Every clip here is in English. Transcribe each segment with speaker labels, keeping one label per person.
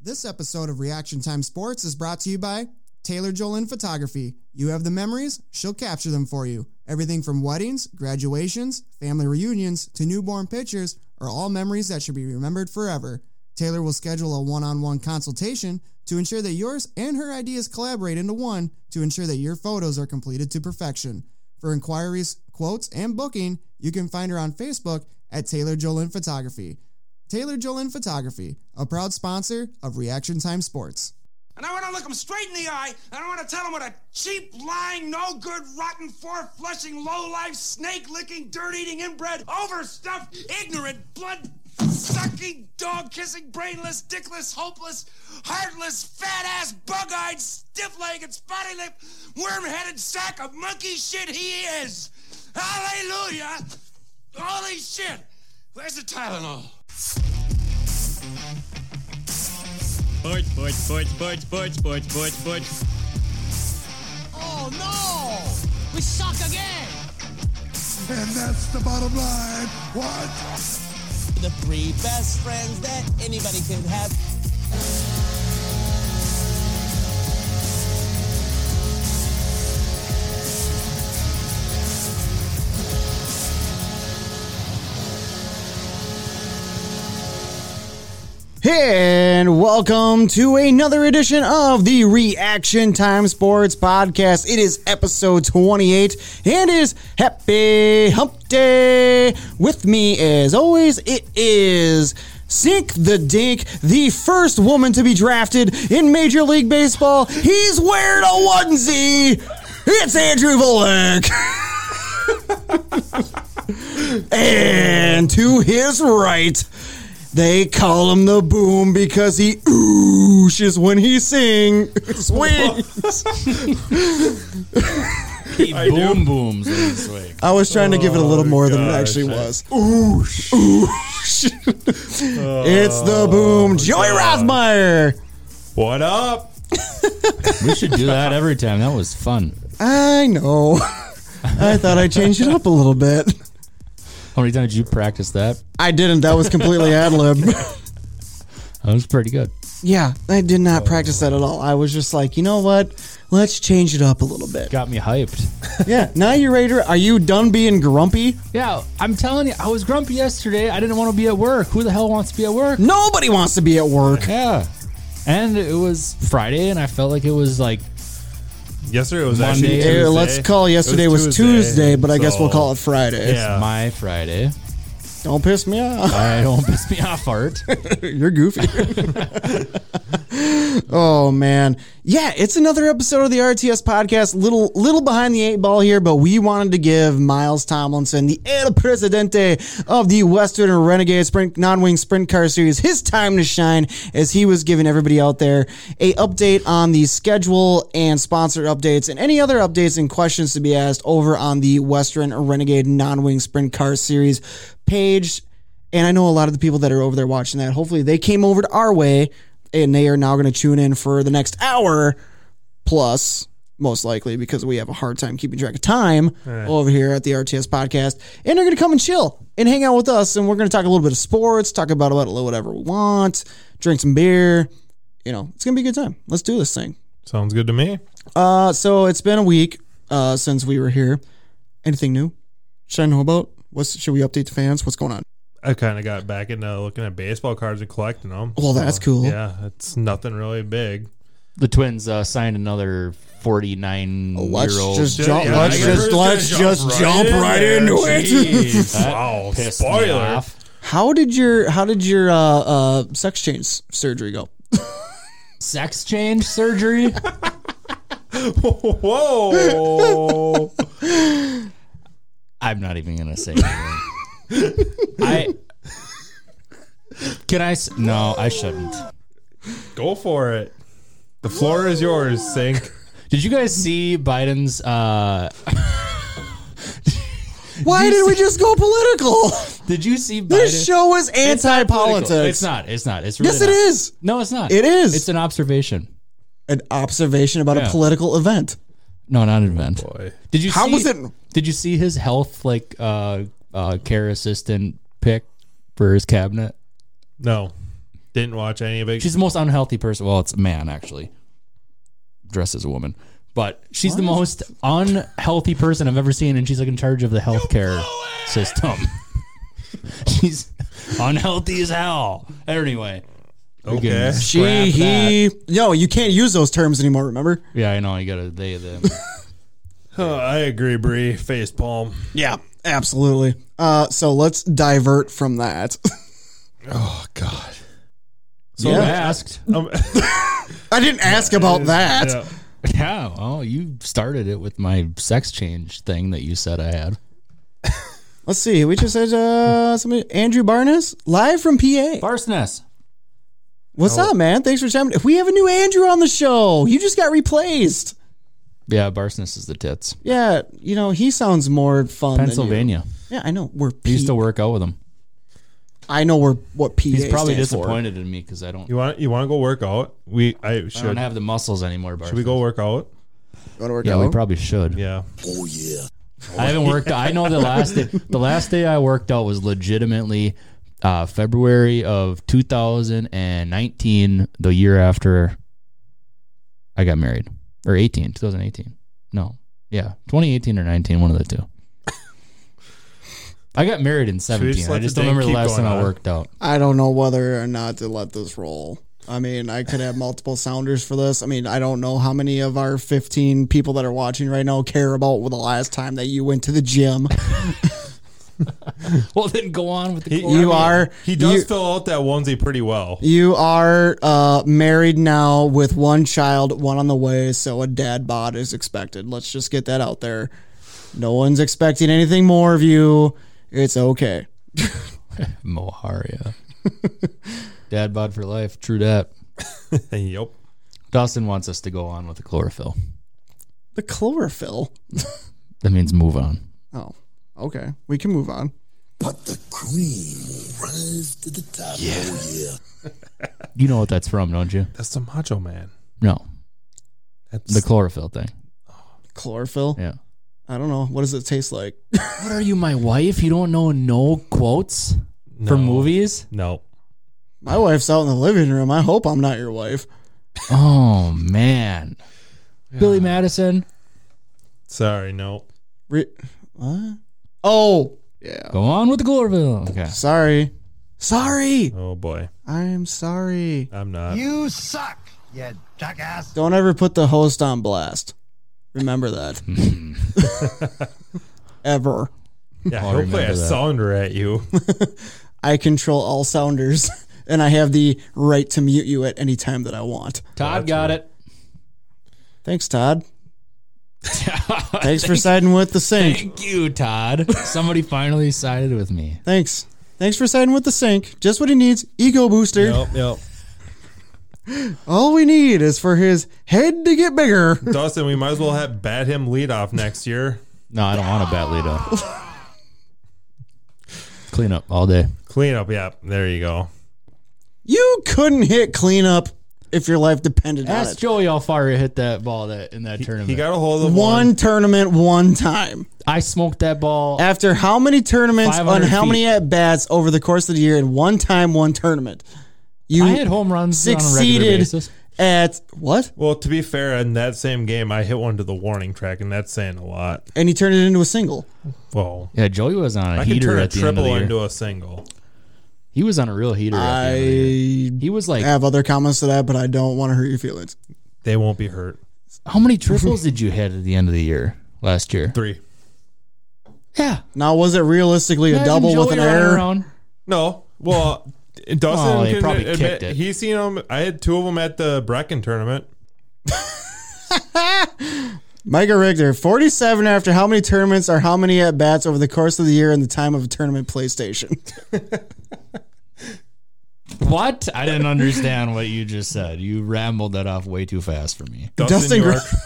Speaker 1: This episode of Reaction Time Sports is brought to you by Taylor Jolin Photography. You have the memories, she'll capture them for you. Everything from weddings, graduations, family reunions, to newborn pictures are all memories that should be remembered forever. Taylor will schedule a one on one consultation to ensure that yours and her ideas collaborate into one to ensure that your photos are completed to perfection. For inquiries, quotes, and booking, you can find her on Facebook at Taylor Jolin Photography. Taylor Jolin Photography, a proud sponsor of Reaction Time Sports.
Speaker 2: And I want to look him straight in the eye, and I want to tell him what a cheap, lying, no good, rotten, four flushing, low life, snake licking, dirt eating, inbred, overstuffed, ignorant, blood sucking, dog kissing, brainless, dickless, hopeless, heartless, fat ass, bug eyed, stiff legged, spotty lipped, worm headed sack of monkey shit he is! Hallelujah! Holy shit! Where's the Tylenol?
Speaker 3: Sports, sports, sports, sports, sports, sports, sports, sports.
Speaker 4: Oh no! We suck again!
Speaker 5: And that's the bottom line. What?
Speaker 6: The three best friends that anybody can have.
Speaker 1: And welcome to another edition of the Reaction Time Sports Podcast. It is episode 28 and it is Happy Hump Day. With me, as always, it is Sink the Dink, the first woman to be drafted in Major League Baseball. He's wearing a onesie. It's Andrew Volek. and to his right, they call him the boom because he ooshes when he sing swings.
Speaker 3: He boom booms in this week.
Speaker 1: I was trying to give it a
Speaker 3: Oh
Speaker 1: little more than it actually was. Oosh. Oosh. it's
Speaker 3: Oh
Speaker 1: the boom. Joey Rothmeyer.
Speaker 7: What up?
Speaker 3: We should do that every time. That was fun.
Speaker 1: I know. I thought I changed it up a little bit.
Speaker 3: How many times did you practice that?
Speaker 1: I didn't. That was completely ad lib.
Speaker 3: That was pretty good.
Speaker 1: yeah, I did not practice that at all. I was just like, you know what? Let's change it up a little bit.
Speaker 3: Got me hyped.
Speaker 1: Yeah. Now you're ready. to- Are you done being grumpy?
Speaker 3: Yeah, I'm telling you, I was grumpy yesterday. I didn't want to be at work. Who the hell wants to be at work?
Speaker 1: Nobody wants to be at work.
Speaker 3: Yeah. And it was Friday, and I felt like it was like
Speaker 7: Yesterday was
Speaker 3: Monday.
Speaker 7: actually
Speaker 3: Hey,
Speaker 7: Tuesday.
Speaker 1: Yeah, let's call yesterday was, Tuesday, but I guess we'll call it Friday.
Speaker 7: Yeah.
Speaker 3: my Friday.
Speaker 1: Don't piss me off.
Speaker 3: I don't piss me off, Art.
Speaker 1: You're goofy. oh man. Yeah, it's another episode of the RTS podcast. Little little behind the eight ball here, but we wanted to give Miles Tomlinson, the El Presidente of the Western Renegade Sprint Non-Wing Sprint Car Series, his time to shine as he was giving everybody out there a update on the schedule and sponsor updates and any other updates and questions to be asked over on the Western Renegade Non-Wing Sprint Car Series page. And I know a lot of the people that are over there watching that. Hopefully, they came over to our way, and they are now going to tune in for the next hour plus, most likely, because we have a hard time keeping track of time over here at the RTS podcast. And they're going to come and chill and hang out with us, and we're going to talk a little bit of sports, talk about about whatever we want, drink some beer. You know, it's going to be a good time. Let's do this thing.
Speaker 7: Sounds good to me.
Speaker 1: Uh, so it's been a week uh, since we were here. Anything new? Should I know about? What's should we update the fans? What's going on?
Speaker 7: I kind of got back into looking at baseball cards and collecting them.
Speaker 1: Well, that's cool.
Speaker 7: Yeah, it's nothing really big.
Speaker 3: the Twins uh, signed another 49
Speaker 1: Oh, Let's
Speaker 3: year old.
Speaker 1: just
Speaker 7: Dude,
Speaker 1: jump.
Speaker 7: yeah,
Speaker 1: let's
Speaker 7: I
Speaker 1: just
Speaker 7: guess
Speaker 1: let's
Speaker 7: we're
Speaker 1: just jump right into
Speaker 7: there.
Speaker 1: it.
Speaker 7: Jeez. wow, spoiler.
Speaker 1: How did your how did your uh, uh, sex change surgery go?
Speaker 3: Sex change surgery.
Speaker 7: Whoa.
Speaker 3: I'm not even gonna say anything. I can I? s- No, I shouldn't.
Speaker 7: Go for it. The floor is yours, Sink.
Speaker 3: Did you guys see Biden's? Uh,
Speaker 1: Why did we just go political?
Speaker 3: did you see Biden?
Speaker 1: This show is
Speaker 3: It's not political.
Speaker 1: anti-politics.
Speaker 3: It's not. It's not. It's really
Speaker 1: Yes, it
Speaker 3: not.
Speaker 1: is
Speaker 3: No, it's not.
Speaker 1: It is.
Speaker 3: It's an observation.
Speaker 1: an observation about a
Speaker 3: Yeah.
Speaker 1: political event.
Speaker 3: No, not an event.
Speaker 7: Boy.
Speaker 3: Did you?
Speaker 1: How
Speaker 3: see,
Speaker 1: was it-
Speaker 3: Did you see his health like uh, uh, care assistant pick for his cabinet?
Speaker 7: No. Didn't watch any of it.
Speaker 3: She's the most unhealthy person. Well, it's a man actually, dressed as a woman, but she's the most unhealthy person I've ever seen, and she's like in charge of the healthcare system. she's unhealthy as hell. Anyway, we can
Speaker 7: Okay.
Speaker 3: scrap
Speaker 1: She, he. No, you can't use those terms anymore, remember?
Speaker 3: that. Yeah, I know. I got a they them.
Speaker 7: Oh, I agree, Bree. Face palm.
Speaker 1: Yeah, absolutely. Uh, so let's divert from that.
Speaker 7: Oh God.
Speaker 3: So
Speaker 1: Yeah.
Speaker 3: you asked.
Speaker 7: Um,
Speaker 1: I didn't ask about that.
Speaker 7: yeah.
Speaker 3: Yeah. Oh, you started it with my sex change thing that you said I had.
Speaker 1: Let's see. We just had uh, somebody, Andrew Barnes, live from PA.
Speaker 3: Barsness.
Speaker 1: What's up, man? Thanks for chiming. We have a new Andrew on the show. You just got replaced.
Speaker 3: Yeah, Barsness is the tits.
Speaker 1: Yeah, you know he sounds more fun. than you.
Speaker 3: Pennsylvania.
Speaker 1: Yeah, I know. We're
Speaker 3: I
Speaker 1: P-
Speaker 3: used to work out with him.
Speaker 1: I know we're what PA.
Speaker 3: He's probably
Speaker 1: stands for.
Speaker 3: disappointed in me because I don't.
Speaker 7: You want you want to go work out? We I
Speaker 3: I
Speaker 7: should.
Speaker 3: don't have the muscles anymore, Barsness.
Speaker 7: should we go work out?
Speaker 1: Go to work
Speaker 3: Yeah,
Speaker 1: out.
Speaker 3: we probably should.
Speaker 7: Yeah.
Speaker 3: I haven't worked. I know the last day. The last day I worked out was legitimately uh, February of 2019, the year after I got married, or 18, 2018. No, yeah, 2018 or 19, one of the two. I got married in
Speaker 7: we
Speaker 3: 17.
Speaker 7: just
Speaker 3: I
Speaker 7: let
Speaker 3: just
Speaker 7: the
Speaker 3: don't
Speaker 7: day
Speaker 3: remember the
Speaker 7: keep
Speaker 3: last
Speaker 7: going
Speaker 3: time I
Speaker 7: on?
Speaker 3: worked out.
Speaker 1: I don't know whether or not to let this roll. I mean, I could have multiple sounders for this. I mean, I don't know how many of our 15 people that are watching right now care about the last time that you went to the gym.
Speaker 3: Well, then go on with the.
Speaker 7: He-
Speaker 3: core.
Speaker 1: You are
Speaker 7: He does
Speaker 1: you-
Speaker 7: fill out that onesie pretty well.
Speaker 1: You are uh, married now with one child, one on the way, so a dad bod is expected. Let's just get that out there. No one's expecting anything more of you. It's okay.
Speaker 3: Moharia. Dad bod for life. True dat.
Speaker 7: yep.
Speaker 3: Dawson wants us to go on with the chlorophyll.
Speaker 1: The chlorophyll.
Speaker 3: That means move on.
Speaker 1: Oh, okay. We can move on.
Speaker 8: But the cream will rise to the top. Oh, yeah.
Speaker 3: You know what that's from, don't you?
Speaker 7: That's the Macho Man.
Speaker 3: No,
Speaker 7: That's
Speaker 3: the chlorophyll thing.
Speaker 1: Chlorophyll?
Speaker 3: Yeah.
Speaker 1: I don't know. What does it taste like?
Speaker 3: What are you, my wife? You don't know no quotes
Speaker 7: No.
Speaker 3: from movies?
Speaker 7: no.
Speaker 1: My wife's out in the living room. I hope I'm not your wife.
Speaker 3: Oh man, Billy Madison.
Speaker 7: Sorry, no.
Speaker 1: Re- what? Oh, yeah.
Speaker 3: Go on with the chlorophyll. Okay.
Speaker 1: Sorry. Sorry.
Speaker 7: Oh boy,
Speaker 1: I'm sorry.
Speaker 7: I'm not.
Speaker 5: You suck, you jackass.
Speaker 1: Don't ever put the host on blast. Remember that. Ever.
Speaker 7: yeah,
Speaker 3: I'll
Speaker 7: he'll play a
Speaker 3: remember that.
Speaker 7: sounder at you.
Speaker 1: I control all sounders and I have the right to mute you at any time that I want.
Speaker 3: Todd got it.
Speaker 1: Thanks, Todd. Thanks for siding with the sink.
Speaker 3: Thank you, Todd. Somebody finally sided with me.
Speaker 1: Thanks. Thanks for siding with the sink. Just what he needs. Ego booster.
Speaker 7: yep, yep.
Speaker 1: All we need is for his head to get bigger.
Speaker 7: Dawson, we might as well have bat him lead off next year.
Speaker 3: No, I don't want a bat lead up. Clean up all day.
Speaker 7: Clean up. Yeah, there you go.
Speaker 1: You couldn't hit cleanup if your life depended on
Speaker 3: Ask
Speaker 1: it.
Speaker 3: Joey how far he hit that ball that in that tournament.
Speaker 7: He got a hold of one.
Speaker 1: One tournament, one time.
Speaker 3: I smoked that ball.
Speaker 1: After how many tournaments on
Speaker 3: 500
Speaker 1: how many
Speaker 3: feet.
Speaker 1: at bats over the course of the year in one time, one tournament? You
Speaker 3: I hit home runs on a regular
Speaker 1: succeeded
Speaker 3: basis.
Speaker 1: at what?
Speaker 7: Well, to be fair, in that same game, I hit one to the warning track, and that's saying a lot.
Speaker 1: And he turned it into a single.
Speaker 7: Well,
Speaker 3: Yeah, Joey was on a
Speaker 7: I can
Speaker 3: heater
Speaker 7: turn a
Speaker 3: at the end of the
Speaker 7: triple
Speaker 3: year.
Speaker 7: into a single.
Speaker 3: he was on a real heater. at the end of the year.
Speaker 1: I
Speaker 3: He was like,
Speaker 1: have other comments to that, but I don't want to hurt your feelings.
Speaker 7: They won't be hurt.
Speaker 3: "How many triples did you hit at the end of the year last year?"
Speaker 7: Three.
Speaker 3: Yeah,
Speaker 1: Now, was it realistically a double with an error?
Speaker 7: No. Well, Dawson
Speaker 3: Well, Oh, they
Speaker 7: can
Speaker 3: probably
Speaker 7: admit
Speaker 3: kicked it.
Speaker 7: he's seen them. I had two of them at the Brecken tournament.
Speaker 1: Micah Richter, 47 after how many tournaments are how many at bats over the course of the year in the time of a tournament PlayStation?
Speaker 3: What? I didn't understand what you just said. You rambled that off way too fast for me.
Speaker 1: Dustin
Speaker 7: Dustin, York,
Speaker 1: Gro-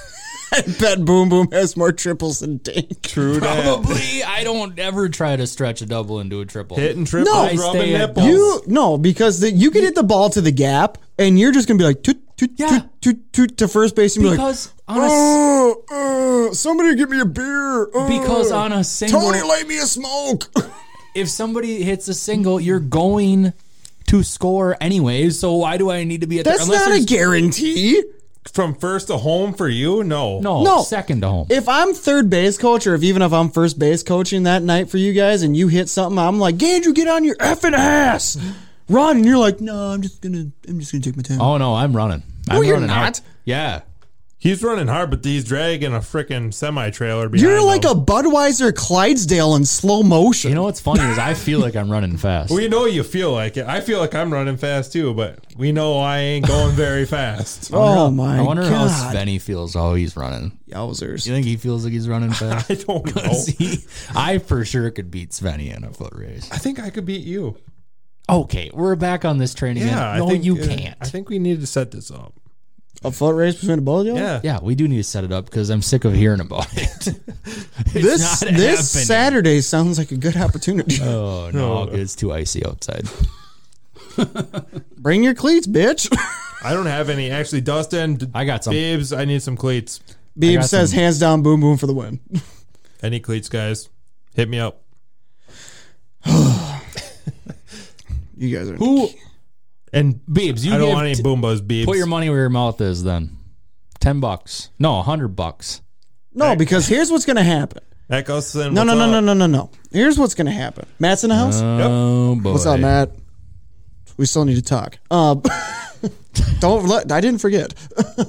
Speaker 1: I bet Boom Boom has more triples than Dink.
Speaker 7: true that.
Speaker 3: Probably, I don't ever try to stretch a double into a triple.
Speaker 7: Hitting triples,
Speaker 1: No, I
Speaker 7: rubbing
Speaker 3: stay at
Speaker 7: nipples.
Speaker 1: You no, because the, you can hit the ball to the gap, and you're just gonna be like toot toot
Speaker 3: Yeah.
Speaker 1: toot toot toot to first base, and be like,
Speaker 3: because on a s-
Speaker 1: oh, oh, somebody give me a beer. Oh,
Speaker 3: because on a single,
Speaker 1: Tony, light me a smoke.
Speaker 3: if somebody hits a single, you're going to score anyways. So why do I need to be at
Speaker 1: That's
Speaker 3: there?
Speaker 1: not a guarantee.
Speaker 7: From first to home for you? No.
Speaker 3: no,
Speaker 1: No.
Speaker 3: second to home.
Speaker 1: If I'm third base coach, or if even if I'm first base coaching that night for you guys, and you hit something, I'm like, Andrew, get on your effing ass, run, and you're like, no, I'm just gonna, I'm just gonna take my time.
Speaker 3: oh no, I'm running.
Speaker 1: No,
Speaker 3: I'm
Speaker 1: you're
Speaker 3: running
Speaker 1: not.
Speaker 3: hard. Yeah.
Speaker 7: He's running hard, but he's dragging a freaking semi trailer behind
Speaker 1: You're like
Speaker 7: him.
Speaker 1: a Budweiser Clydesdale in slow motion.
Speaker 3: You know what's funny is I feel like I'm running fast.
Speaker 1: Oh,
Speaker 7: We know you feel like it. I feel like I'm running fast too, but we know I ain't going very fast.
Speaker 1: oh my
Speaker 3: I wonder
Speaker 1: god,
Speaker 3: how Svenny feels how he's running.
Speaker 1: Yowzers.
Speaker 3: You think he feels like he's running fast?
Speaker 7: I don't
Speaker 1: Oh.
Speaker 7: know.
Speaker 3: See, I for sure could beat Svenny in a foot race.
Speaker 7: I think I could beat you.
Speaker 3: Okay, we're back on this train again.
Speaker 7: Yeah. I
Speaker 3: no,
Speaker 7: think,
Speaker 3: you
Speaker 7: uh,
Speaker 3: can't.
Speaker 7: I think we need to set this up.
Speaker 1: A foot race between the both of you?
Speaker 7: Yeah.
Speaker 3: yeah, we do need to set it up because I'm sick of hearing about it. It's
Speaker 1: This
Speaker 3: not
Speaker 1: this
Speaker 3: happening.
Speaker 1: Saturday sounds like a good opportunity.
Speaker 3: Oh no, it's too icy outside.
Speaker 1: Bring your cleats, bitch.
Speaker 7: I don't have any. Actually, Dustin, d-
Speaker 3: I got some.
Speaker 7: Babes, I need some cleats.
Speaker 1: Beeb
Speaker 3: got
Speaker 1: says
Speaker 3: some-
Speaker 1: hands down boom boom for the win.
Speaker 7: Any cleats, guys? Hit me up.
Speaker 1: You guys are
Speaker 3: Who,
Speaker 7: And
Speaker 3: Biebs? You
Speaker 7: I don't
Speaker 3: gave
Speaker 7: want any
Speaker 3: t-
Speaker 7: boombas, Babes.
Speaker 3: Put your money where your mouth is. Then, ten bucks. No, hundred bucks.
Speaker 1: No, because here's what's gonna happen.
Speaker 7: Eccleston,
Speaker 1: No, no,
Speaker 7: what's
Speaker 1: no, no,
Speaker 7: up?
Speaker 1: no, no, no. Here's what's gonna happen. Matt's in the house.
Speaker 3: Oh boy.
Speaker 1: what's up, Matt? We still need to talk. Uh, don't let. I didn't forget.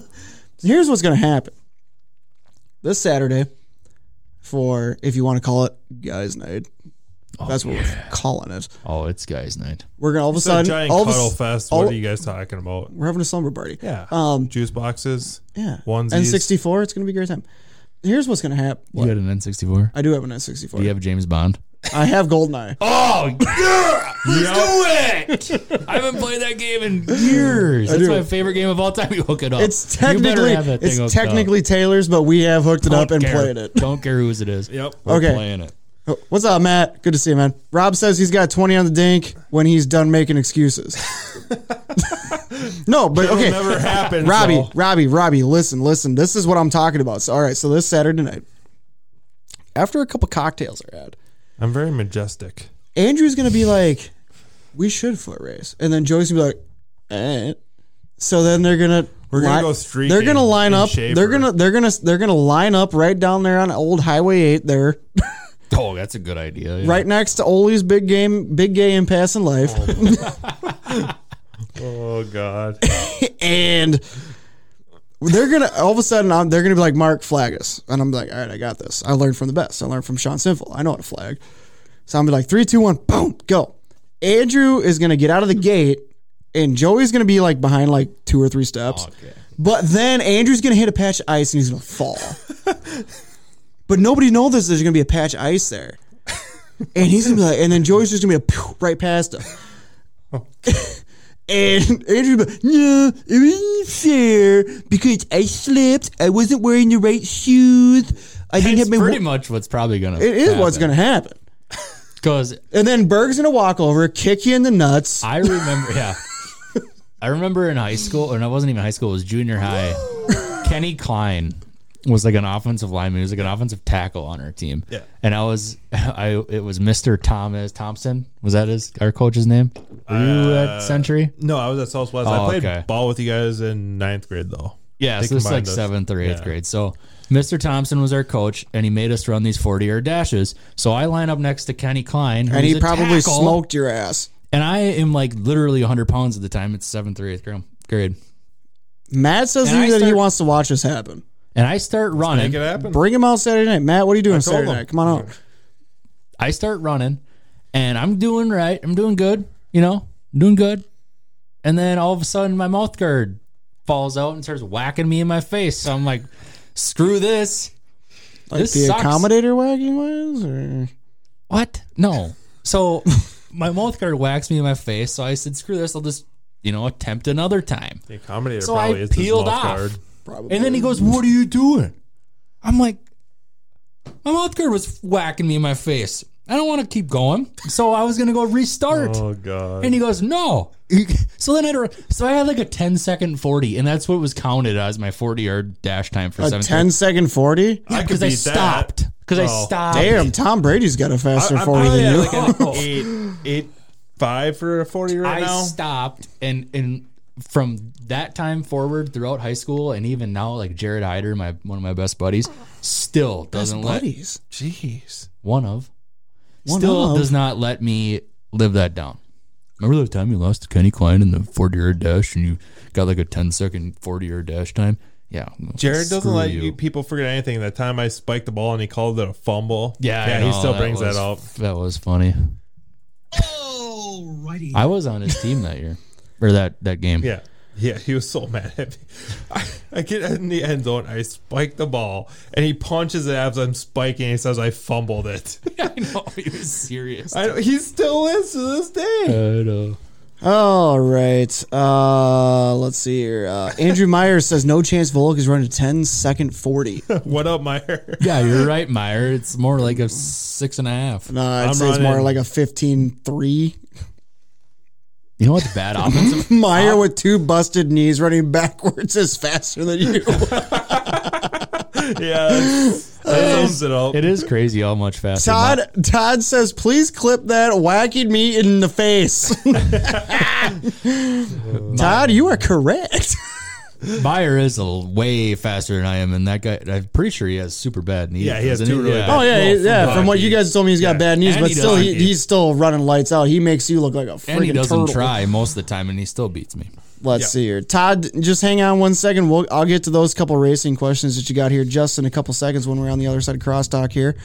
Speaker 1: here's what's gonna happen. This Saturday, for if you want to call it guys' night, that's what we're calling it.
Speaker 3: Oh, it's guys' night.
Speaker 1: We're gonna all of a
Speaker 7: It's a
Speaker 1: sudden,
Speaker 7: giant
Speaker 1: all of a
Speaker 7: cuddle
Speaker 1: s-
Speaker 7: fest.
Speaker 1: all-
Speaker 7: what are you guys talking about?
Speaker 1: we're having a slumber party.
Speaker 7: Yeah.
Speaker 1: Um,
Speaker 7: Juice boxes.
Speaker 1: Yeah.
Speaker 7: Onesies.
Speaker 1: N64, it's going to be a great time. Here's what's going to happen.
Speaker 3: You got an N64.
Speaker 1: I do have an N64.
Speaker 3: Do you have James Bond?
Speaker 1: I have Goldeneye.
Speaker 3: Oh yeah, let's do it! I haven't played that game in years. That's
Speaker 1: do.
Speaker 3: my favorite game of all time. You hook it up.
Speaker 1: It's
Speaker 3: You better
Speaker 1: technically
Speaker 3: have that thing
Speaker 1: it's
Speaker 3: hooked
Speaker 1: technically Taylor's, but we have hooked it
Speaker 3: Don't
Speaker 1: up and
Speaker 3: care.
Speaker 1: played it.
Speaker 3: Don't care whose it is.
Speaker 7: Yep.
Speaker 3: We're
Speaker 1: Okay.
Speaker 3: playing it.
Speaker 1: What's up, Matt? Good to see you, man. Rob says he's got 20 on the dink when he's done making excuses. no, but okay.
Speaker 7: It'll never happen.
Speaker 1: Robbie,
Speaker 7: so-
Speaker 1: Robbie, Robbie, listen, listen. This is what I'm talking about. So, all right, so this Saturday night, after a couple cocktails are had,
Speaker 7: I'm very majestic.
Speaker 1: Andrew's gonna be like, "We should foot race," and then Joey's gonna be like, eh. "So then they're gonna we're
Speaker 7: gonna go streaking
Speaker 1: They're gonna line
Speaker 7: in
Speaker 1: up.
Speaker 7: Schaefer.
Speaker 1: They're gonna they're gonna they're gonna line up right down there on Old Highway Eight there,
Speaker 3: Oh, that's a good idea. yeah.
Speaker 1: right next to Ole's big game, big gay in passing life,
Speaker 7: Oh God.
Speaker 1: and they're gonna all of a sudden I'm, they're gonna be like Mark Flagus, and I'm like, all right, I got this. I learned from the best. I learned from Sean Sinful. I know how to flag. So I'm gonna be like three, two, one, boom, go. Andrew is gonna get out of the gate, and Joey's gonna be like behind like two or three
Speaker 3: Oh,
Speaker 1: steps. But then Andrew's gonna hit a patch of ice and he's gonna fall. but nobody knows this. There's gonna be a patch of ice there, and he's gonna be like, and then Joey's just gonna be a pew, right past him.
Speaker 3: Oh.
Speaker 1: And Andrew, be like, no, it wasn't fair because I slipped. I wasn't wearing the right shoes. I didn't
Speaker 3: It's
Speaker 1: have my.
Speaker 3: pretty
Speaker 1: wa-
Speaker 3: much what's probably gonna.
Speaker 1: it is what's gonna happen.
Speaker 3: Because
Speaker 1: And then Berg's gonna walk over, kick you in the nuts.
Speaker 3: I remember, yeah, I remember in high school, and I wasn't even high school; it was junior high. Kenny Klein was like an offensive lineman; he was like an offensive tackle on our team.
Speaker 7: Yeah.
Speaker 3: and I was, I it was Mister Thomas Thompson. Was that his our coach's name? Were you
Speaker 1: Uh,
Speaker 3: at Century?
Speaker 7: No, I was at Southwest.
Speaker 3: Oh,
Speaker 7: I played
Speaker 3: okay.
Speaker 7: ball with you guys in ninth grade though.
Speaker 3: Yeah,
Speaker 7: They
Speaker 3: so this is
Speaker 7: combined
Speaker 3: like
Speaker 7: us.
Speaker 3: seventh or eighth
Speaker 7: Yeah.
Speaker 3: grade. So Mr. Thompson was our coach, and he made us run these forty-yard dashes. So I line up next to Kenny Klein,
Speaker 1: and he probably
Speaker 3: smoked.
Speaker 1: smoked your ass.
Speaker 3: And I am like literally 100 pounds at the time. It's seventh or eighth gra- grade.
Speaker 1: Matt says
Speaker 3: And
Speaker 1: to
Speaker 3: I
Speaker 1: you that he
Speaker 3: start-
Speaker 1: wants to watch this happen.
Speaker 3: And I start
Speaker 7: Make it
Speaker 3: running.
Speaker 7: happen.
Speaker 1: Bring him out Saturday night. Matt, what are you doing
Speaker 7: told
Speaker 1: Saturday
Speaker 7: him.
Speaker 1: night? Come on out.
Speaker 3: I start running and I'm doing right. I'm doing good. You know, I'm doing good. And then all of a sudden my mouth guard falls out and starts whacking me in my face. So I'm like, screw this.
Speaker 1: Like
Speaker 3: This
Speaker 1: the
Speaker 3: sucks.
Speaker 1: accommodator wagging was? Or?
Speaker 3: What? No. So my mouth guard whacks me in my face. So I said, screw this. I'll just, you know, attempt another time.
Speaker 7: The accommodator
Speaker 3: So
Speaker 7: probably
Speaker 3: I
Speaker 7: is his
Speaker 3: peeled
Speaker 7: mouth
Speaker 3: off.
Speaker 7: guard.
Speaker 3: And then he goes, "What are you doing?" I'm like, "My mouth guard was whacking me in my face. I don't want to keep going, so I was gonna go restart."
Speaker 7: Oh God.
Speaker 3: And he goes, "No." So then I had to, so I had like a 10 second 40, and that's what was counted as my 40 yard dash time for
Speaker 1: A
Speaker 3: seventh.
Speaker 1: 10 second 40?
Speaker 7: I could
Speaker 3: because I,
Speaker 7: beat that.
Speaker 3: stopped because I
Speaker 7: Oh.
Speaker 3: stopped.
Speaker 1: Damn, Tom Brady's got a faster
Speaker 7: I'm
Speaker 1: 40
Speaker 7: probably
Speaker 1: than
Speaker 7: at
Speaker 1: you.
Speaker 7: like an eight, eight five for a forty right
Speaker 3: I
Speaker 7: now.
Speaker 3: stopped and and from that time forward throughout high school and even now like Jared Hyder, my one of my best buddies, still doesn't let
Speaker 1: buddies.
Speaker 7: Jeez,
Speaker 3: one of
Speaker 1: One
Speaker 3: still
Speaker 1: of.
Speaker 3: does not let me live that down. Remember the time you lost to Kenny Klein in the 40 yard dash and you got like a 10 second 40 yard dash time? Yeah. well,
Speaker 7: Jared doesn't
Speaker 3: screw
Speaker 7: let you. people forget anything. That time I spiked the ball and he called it a fumble.
Speaker 3: Yeah, I
Speaker 7: yeah, he
Speaker 3: know,
Speaker 7: still brings
Speaker 3: was-
Speaker 7: that up.
Speaker 3: That was funny.
Speaker 4: Alrighty.
Speaker 3: I was on his team that year or that that game.
Speaker 7: Yeah. Yeah, he was so mad at me. I, I get in the end zone, I spike the ball, and he punches it as I'm spiking. and He says, I fumbled it.
Speaker 3: I know he was serious.
Speaker 7: I, don't- he still is to this day.
Speaker 3: know.
Speaker 1: All right. Uh, let's see here. Uh, Andrew Myers says no chance Volk is running a 10 second 40.
Speaker 7: What up, Meyer?
Speaker 3: Yeah, you're right, Meyer. It's more like a six and a half.
Speaker 1: No, I'd
Speaker 7: I'm
Speaker 1: say it's more
Speaker 7: running-
Speaker 1: like a 15 3.
Speaker 3: You know what's bad offensive?
Speaker 1: Meyer with two busted knees running backwards is faster than you.
Speaker 7: yeah. that's- That sums it up.
Speaker 3: it is crazy how much faster.
Speaker 1: Todd Todd says, please clip that whacking me in the face. Todd, you are correct.
Speaker 3: Meyer is a l- way faster than I am, and that guy. I'm pretty sure he has super bad knees.
Speaker 7: Yeah, he has
Speaker 3: doesn't
Speaker 7: two really bad-
Speaker 1: Oh yeah,
Speaker 7: Well, from
Speaker 1: yeah. From what
Speaker 7: hockey.
Speaker 1: you guys told me, he's got bad knees,
Speaker 3: And
Speaker 1: but
Speaker 3: he
Speaker 1: still,
Speaker 3: does
Speaker 1: he,
Speaker 3: hockey.
Speaker 1: he's still running lights out. He makes you look like a freaking
Speaker 3: And he doesn't
Speaker 1: turtle.
Speaker 3: try most of the time, and he still beats me.
Speaker 1: Let's
Speaker 7: Yeah.
Speaker 1: see here, Todd. Just hang on one second. We'll I'll get to those couple racing questions that you got here just in a couple seconds when we're on the other side of crosstalk here.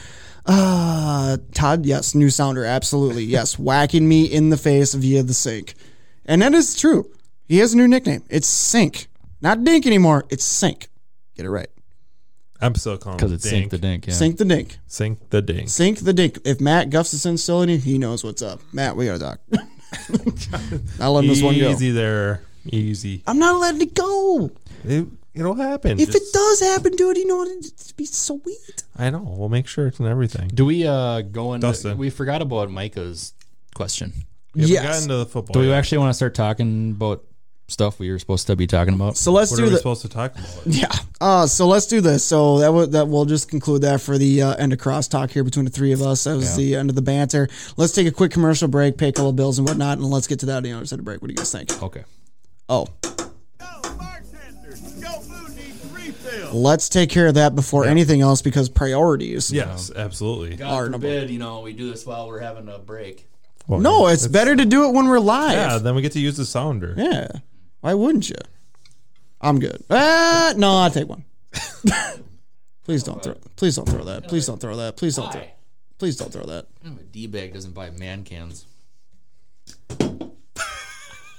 Speaker 1: Uh, Todd, yes, new sounder, absolutely, yes, whacking me in the face via the sink, and that is true. He has a new nickname. It's Sink, not Dink anymore. It's Sink. Get it right.
Speaker 7: I'm still calling
Speaker 3: Because it's sink the dink. Yeah.
Speaker 1: Sink the Dink.
Speaker 7: Sink the dink.
Speaker 1: Sink the dink. If Matt Gustafson's still in, here, he knows what's up. Matt, we are doc. Not letting this one go.
Speaker 7: Easy there. Easy.
Speaker 1: I'm not letting it go.
Speaker 7: It, it'll happen.
Speaker 1: If it
Speaker 7: Just-
Speaker 1: does happen, dude, you know what? It'd be sweet.
Speaker 7: I know. We'll make sure it's in everything.
Speaker 3: Do we uh go into?
Speaker 7: Dustin.
Speaker 3: We forgot about Micah's question.
Speaker 7: We haven't
Speaker 1: Yes.
Speaker 7: gotten to the football.
Speaker 3: Do we
Speaker 7: yet.
Speaker 3: actually want to start talking about stuff we were supposed to be talking about?
Speaker 1: So let's
Speaker 7: What
Speaker 1: do
Speaker 7: are we
Speaker 1: the
Speaker 7: supposed to talk about?
Speaker 1: yeah. Uh, so let's do this. So that w- that we'll just conclude that for the uh, end of crosstalk here between the three of us. That was the end of the banter. Let's take a quick commercial break, pay a couple bills and whatnot, and let's get to that on the other side of the break. What do you guys think?
Speaker 3: Okay.
Speaker 1: Oh,
Speaker 2: Yo, bartenders, yo, food needs refill.
Speaker 1: let's take care of that before anything else because priorities.
Speaker 7: Yes, absolutely.
Speaker 1: Our number. forbid,
Speaker 3: you know, we do this while we're having a break.
Speaker 7: Well,
Speaker 1: No, it's, better to do it when we're live.
Speaker 7: Yeah, then we get to use the sounder.
Speaker 1: Yeah. Why wouldn't you? I'm good. Ah, no, I'll take one. please don't throw please don't throw that. Please don't throw that. Please don't throw please don't throw that.
Speaker 3: A D bag doesn't buy man cans.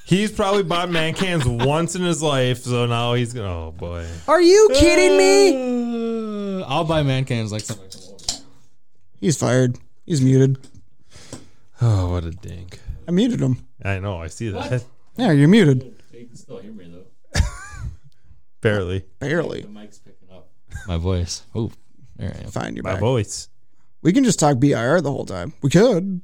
Speaker 7: He's probably bought man cans once in his life, so now he's gonna. Oh boy.
Speaker 1: Are you kidding me?
Speaker 3: Uh, I'll buy man cans like something.
Speaker 1: He's fired. He's muted.
Speaker 7: Oh, what a dink.
Speaker 1: I muted him.
Speaker 7: I know. I see that.
Speaker 1: Yeah, you're muted.
Speaker 3: You can still hear me though.
Speaker 7: Barely.
Speaker 1: Barely.
Speaker 3: mic's picking up my voice. Oh, there I am.
Speaker 1: Fine, you're
Speaker 7: My
Speaker 1: back.
Speaker 7: voice.
Speaker 1: We can just talk BIR the whole time. We could.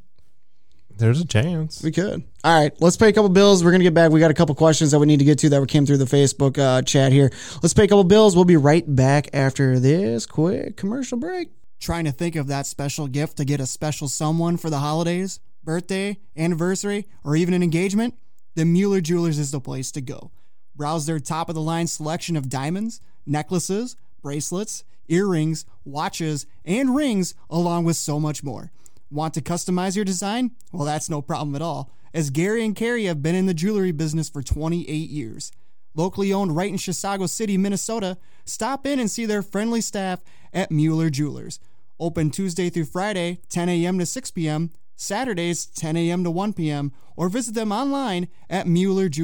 Speaker 7: There's a chance.
Speaker 1: We could. All right, let's pay a couple bills. We're gonna get back. We got a couple questions that we need to get to that came through the Facebook uh, chat here. Let's pay a couple bills. We'll be right back after this quick commercial break. Trying to think of that special gift to get a special someone for the holidays, birthday, anniversary, or even an engagement? The Mueller Jewelers is the place to go. Browse their top of the line selection of diamonds, necklaces, bracelets, earrings, watches, and rings, along with so much more. Want to customize your design? Well, that's no problem at all, as Gary and Carrie have been in the jewelry business for 28 years. Locally owned right in Chisago City, Minnesota, stop in and see their friendly staff at Mueller Jewelers. Open Tuesday through Friday, 10 a.m. to 6 p.m., Saturdays, 10 a.m. to 1 p.m., or visit them online at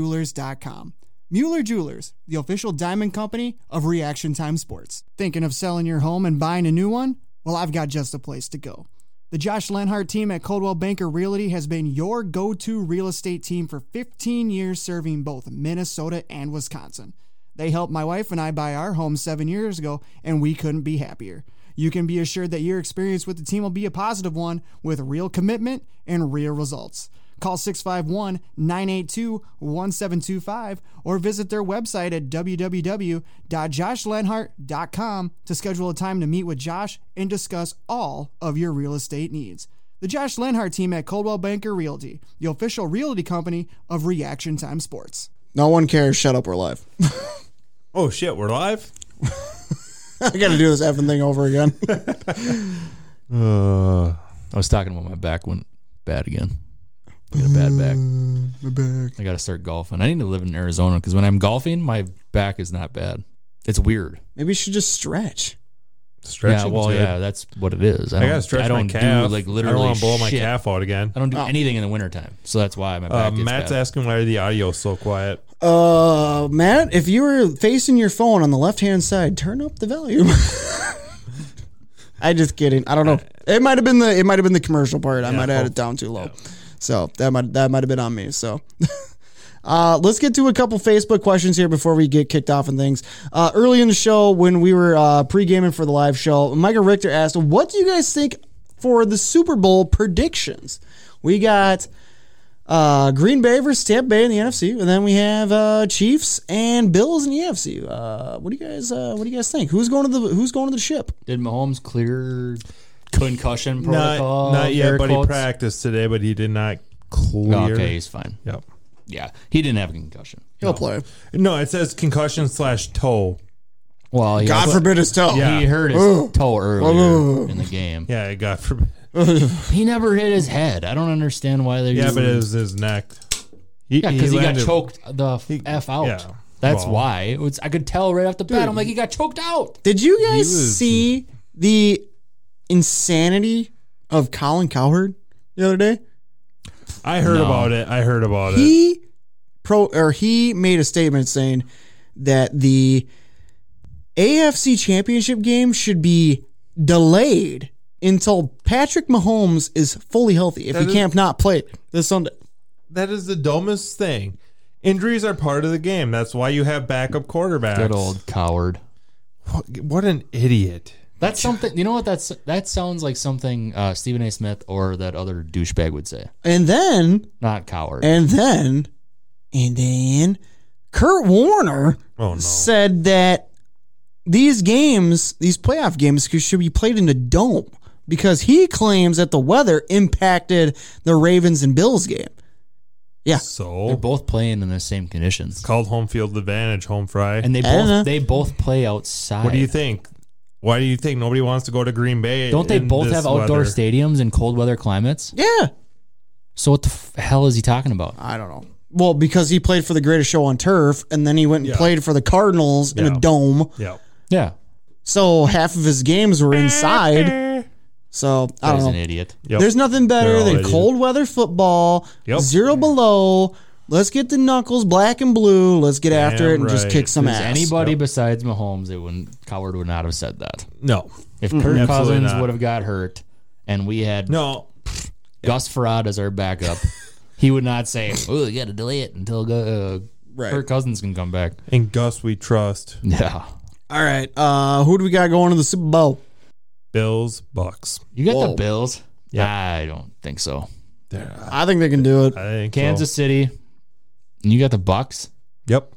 Speaker 1: MuellerJewelers.com. Mueller Jewelers, the official diamond company of Reaction Time Sports. Thinking of selling your home and buying a new one? Well, I've got just a place to go. The Josh Lenhart team at Coldwell Banker Realty has been your go to real estate team for 15 years, serving both Minnesota and Wisconsin. They helped my wife and I buy our home seven years ago, and we couldn't be happier. You can be assured that your experience with the team will be a positive one with real commitment and real results. Call 651 982 1725 or visit their website at www.joshlenhart.com to schedule a time to meet with Josh and discuss all of your real estate needs.
Speaker 9: The Josh Lenhart team at Coldwell Banker Realty, the official realty company of Reaction Time Sports.
Speaker 1: No one cares. Shut up. We're live.
Speaker 7: Oh shit, we're live.
Speaker 1: I got to do this effing thing over again.
Speaker 7: Uh,
Speaker 3: I was talking about my back went bad again. I got a bad back.
Speaker 1: Mm, My back.
Speaker 3: I got to start golfing. I need to live in Arizona because when I'm golfing, my back is not bad. It's weird.
Speaker 1: Maybe you should just stretch.
Speaker 3: Yeah,
Speaker 7: stretching.
Speaker 3: well, yeah, that's what it is.
Speaker 7: I gotta stretch
Speaker 3: I don't
Speaker 7: my calf.
Speaker 3: do like
Speaker 7: I don't
Speaker 3: literally.
Speaker 7: wanna blow my
Speaker 3: shit.
Speaker 7: calf out again.
Speaker 3: I don't
Speaker 1: Oh.
Speaker 3: do anything in the wintertime, so that's why my
Speaker 7: Uh,
Speaker 3: back gets
Speaker 7: Matt's
Speaker 3: bad.
Speaker 7: asking why the audio is so quiet.
Speaker 1: Uh, Matt, if you were facing your phone on the left hand side, turn up the volume. I just kidding. I don't know. It might have been the it might have been the commercial part. I might have had it down too low. So that might that might have been on me. So. Uh, let's get to a couple Facebook questions here before we get kicked off and things. Uh, early in the show, when we were uh, pre-gaming for the live show, Michael Richter asked, "What do you guys think for the Super Bowl predictions?" We got uh, Green Bay versus Tampa Bay in the NFC, and then we have uh, Chiefs and Bills in the AFC. Uh, what do you guys uh, What do you guys think? Who's going to the Who's going to the ship?
Speaker 3: Did Mahomes clear concussion protocol?
Speaker 7: Not, not yet,
Speaker 3: air
Speaker 7: but he
Speaker 3: quotes?
Speaker 7: practiced today, but he did not clear.
Speaker 3: Oh, okay, he's fine.
Speaker 7: Yep.
Speaker 3: Yeah, he didn't have a concussion.
Speaker 1: He'll play.
Speaker 7: No, it says concussion slash toe.
Speaker 3: Well, he,
Speaker 1: God forbid Oh. his toe.
Speaker 7: Yeah.
Speaker 3: he hurt his toe earlier in the game.
Speaker 7: Yeah, God forbid.
Speaker 3: He never hit
Speaker 1: Mm.
Speaker 3: his head. I don't understand why they.
Speaker 7: Yeah, but it was his neck.
Speaker 3: Yeah, because he, got
Speaker 7: landed-
Speaker 3: choked the f, f out.
Speaker 7: yeah.
Speaker 3: That's
Speaker 7: Well.
Speaker 3: why it was, I could tell right off the bat. I'm like, he got choked out.
Speaker 1: Did you guys
Speaker 7: was-
Speaker 1: see the insanity of Colin Cowherd the other day?
Speaker 7: I heard
Speaker 3: No.
Speaker 7: about it. I heard about it.
Speaker 1: He pro or he made a statement saying that the AFC Championship game should be delayed until Patrick Mahomes is fully healthy. If
Speaker 7: That
Speaker 1: he
Speaker 7: is-
Speaker 1: can't not play this Sunday,
Speaker 7: That is the dumbest thing. Injuries are part of the game. That's why you have backup quarterbacks.
Speaker 3: Good old coward.
Speaker 7: What, what an idiot.
Speaker 3: That's something. You know what? That's that sounds like something uh, Stephen A. Smith or that other douchebag would say.
Speaker 1: and then
Speaker 3: Not coward.
Speaker 1: and then and then Kurt Warner
Speaker 7: Oh no.
Speaker 1: said that these games, these playoff games, should be played in a dome because he claims that the weather impacted the Ravens and Bills game.
Speaker 7: So
Speaker 3: They're both playing in the same conditions,
Speaker 7: called home field advantage, home fry.
Speaker 3: and they
Speaker 1: don't know.
Speaker 3: both they both play outside.
Speaker 7: what do you think? Why do you think nobody wants to go to Green Bay?
Speaker 3: Don't they
Speaker 7: in
Speaker 3: both
Speaker 7: this
Speaker 3: have outdoor
Speaker 7: weather?
Speaker 3: stadiums in cold weather climates?
Speaker 1: Yeah,
Speaker 3: So what the f- hell is he talking about?
Speaker 1: I don't know. Well, because he played for the greatest show on turf, and then he went and
Speaker 7: Yeah.
Speaker 1: played for the Cardinals in
Speaker 7: Yeah.
Speaker 1: a dome.
Speaker 7: Yeah.
Speaker 3: Yeah,
Speaker 1: So half of his games were inside. So I
Speaker 3: he's
Speaker 1: don't
Speaker 3: an
Speaker 1: know.
Speaker 3: idiot.
Speaker 7: Yep.
Speaker 1: There's nothing
Speaker 7: They're
Speaker 1: better
Speaker 7: all
Speaker 1: than
Speaker 7: idiots.
Speaker 1: cold weather football,
Speaker 7: Yep.
Speaker 1: zero below. Let's get the knuckles black and blue. Let's get after
Speaker 7: Damn
Speaker 1: it and just
Speaker 7: right.
Speaker 1: kick some
Speaker 3: Is
Speaker 1: ass.
Speaker 3: anybody besides Mahomes, it wouldn't coward would not have said that.
Speaker 7: no.
Speaker 3: If Kirk
Speaker 7: Absolutely
Speaker 3: Cousins
Speaker 7: not.
Speaker 3: would have got hurt and we had
Speaker 7: No.
Speaker 3: Gus Farad as our backup, he would not say, "Oh, you got to delay it until uh,
Speaker 1: Right.
Speaker 3: Kirk Cousins can come back."
Speaker 7: And Gus we trust.
Speaker 3: Yeah,
Speaker 1: All right. Uh, who do we got going to the Super Bowl?
Speaker 7: Bills, Bucks.
Speaker 3: you got the
Speaker 1: Whoa.
Speaker 3: Bills. I don't think so.
Speaker 1: I think they can do it.
Speaker 7: I think so.
Speaker 3: Kansas City, and you got the Bucks.
Speaker 7: Yep.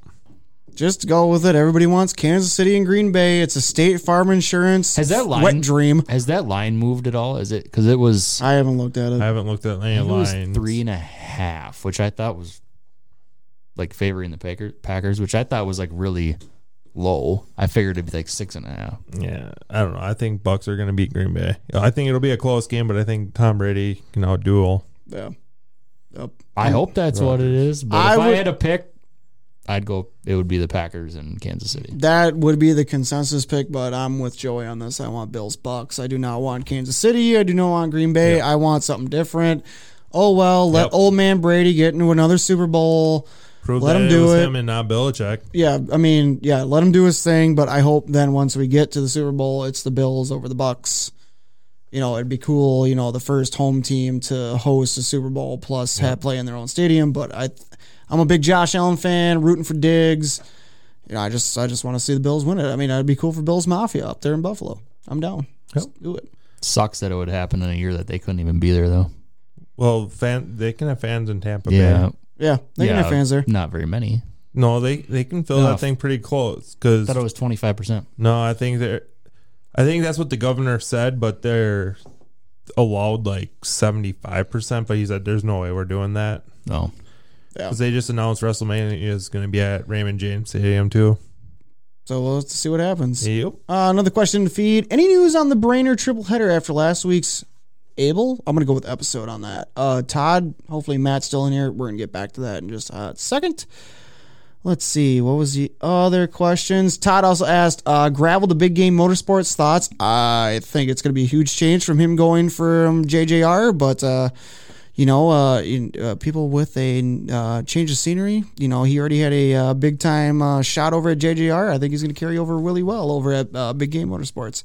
Speaker 1: Just go with it. Everybody wants Kansas City and Green Bay. It's a State Farm Insurance
Speaker 3: Has that line
Speaker 1: wet dream.
Speaker 3: Has that line moved at all? Is it because it was
Speaker 1: I haven't looked at it.
Speaker 7: I haven't looked at any
Speaker 3: it was
Speaker 7: lines.
Speaker 3: three and a half, which I thought was like favoring the Packer, Packers, which I thought was like really low. I figured it'd be like six and a half.
Speaker 7: Yeah, I don't know. I think Bucks are going to beat Green Bay. I think it'll be a close game, but I think Tom Brady can outduel.
Speaker 1: yeah. Yep.
Speaker 3: I hope that's what it is. But
Speaker 1: I
Speaker 3: if I
Speaker 1: would-
Speaker 3: had to pick, I'd go. It would be the Packers and Kansas City.
Speaker 1: That would be the consensus pick, but I'm with Joey on this. I want Bills Bucks. I do not want Kansas City. I do not want Green Bay. I want something different. Oh well, let
Speaker 7: Yep.
Speaker 1: old man Brady get into another Super Bowl.
Speaker 7: Prove
Speaker 1: Let
Speaker 7: that
Speaker 1: him
Speaker 7: it
Speaker 1: do
Speaker 7: was
Speaker 1: it.
Speaker 7: him and not Belichick.
Speaker 1: Yeah, I mean, yeah, let him do his thing, but I hope then once we get to the Super Bowl, it's the Bills over the Bucks. You know, it'd be cool, you know, the first home team to host a Super Bowl plus have play in their own stadium, but I I'm a big Josh Allen fan, rooting for Diggs. You know, I just I just want to see the Bills win it. I mean, it'd be cool for Bills Mafia up there in Buffalo. I'm down. Let's do it.
Speaker 3: Sucks that it would happen in a year that they couldn't even be there though.
Speaker 7: Well, fan, they can have fans in Tampa Bay.
Speaker 1: Yeah, they can have fans there.
Speaker 3: Not very many.
Speaker 7: No, they they can fill
Speaker 3: No.
Speaker 7: that thing pretty close
Speaker 3: I
Speaker 7: because
Speaker 3: thought it was twenty five percent.
Speaker 7: no, I think they're. I think that's what the governor said, but they're allowed like 75%, but he said, there's no way we're doing that.
Speaker 3: No.
Speaker 7: 'Cause they just announced WrestleMania is going to be at Raymond James Stadium, too.
Speaker 1: So we'll have to see what happens.
Speaker 7: Yep.
Speaker 1: Uh, another question to feed. Any news on the Brainer triple header after last week's Able? I'm going to go with episode on that. Uh, Todd, hopefully Matt's still in here. We're going to get back to that in just a hot second. Let's see. What was the other questions? Todd also asked uh, Gravel the Big Game Motorsports thoughts. I think it's going to be a huge change from him going from JJR, but. Uh, you know, uh, in, uh, people with a uh, change of scenery. You know, he already had a uh, big time uh, shot over at JJR. I think he's going to carry over really well over at uh, Big Game Motorsports.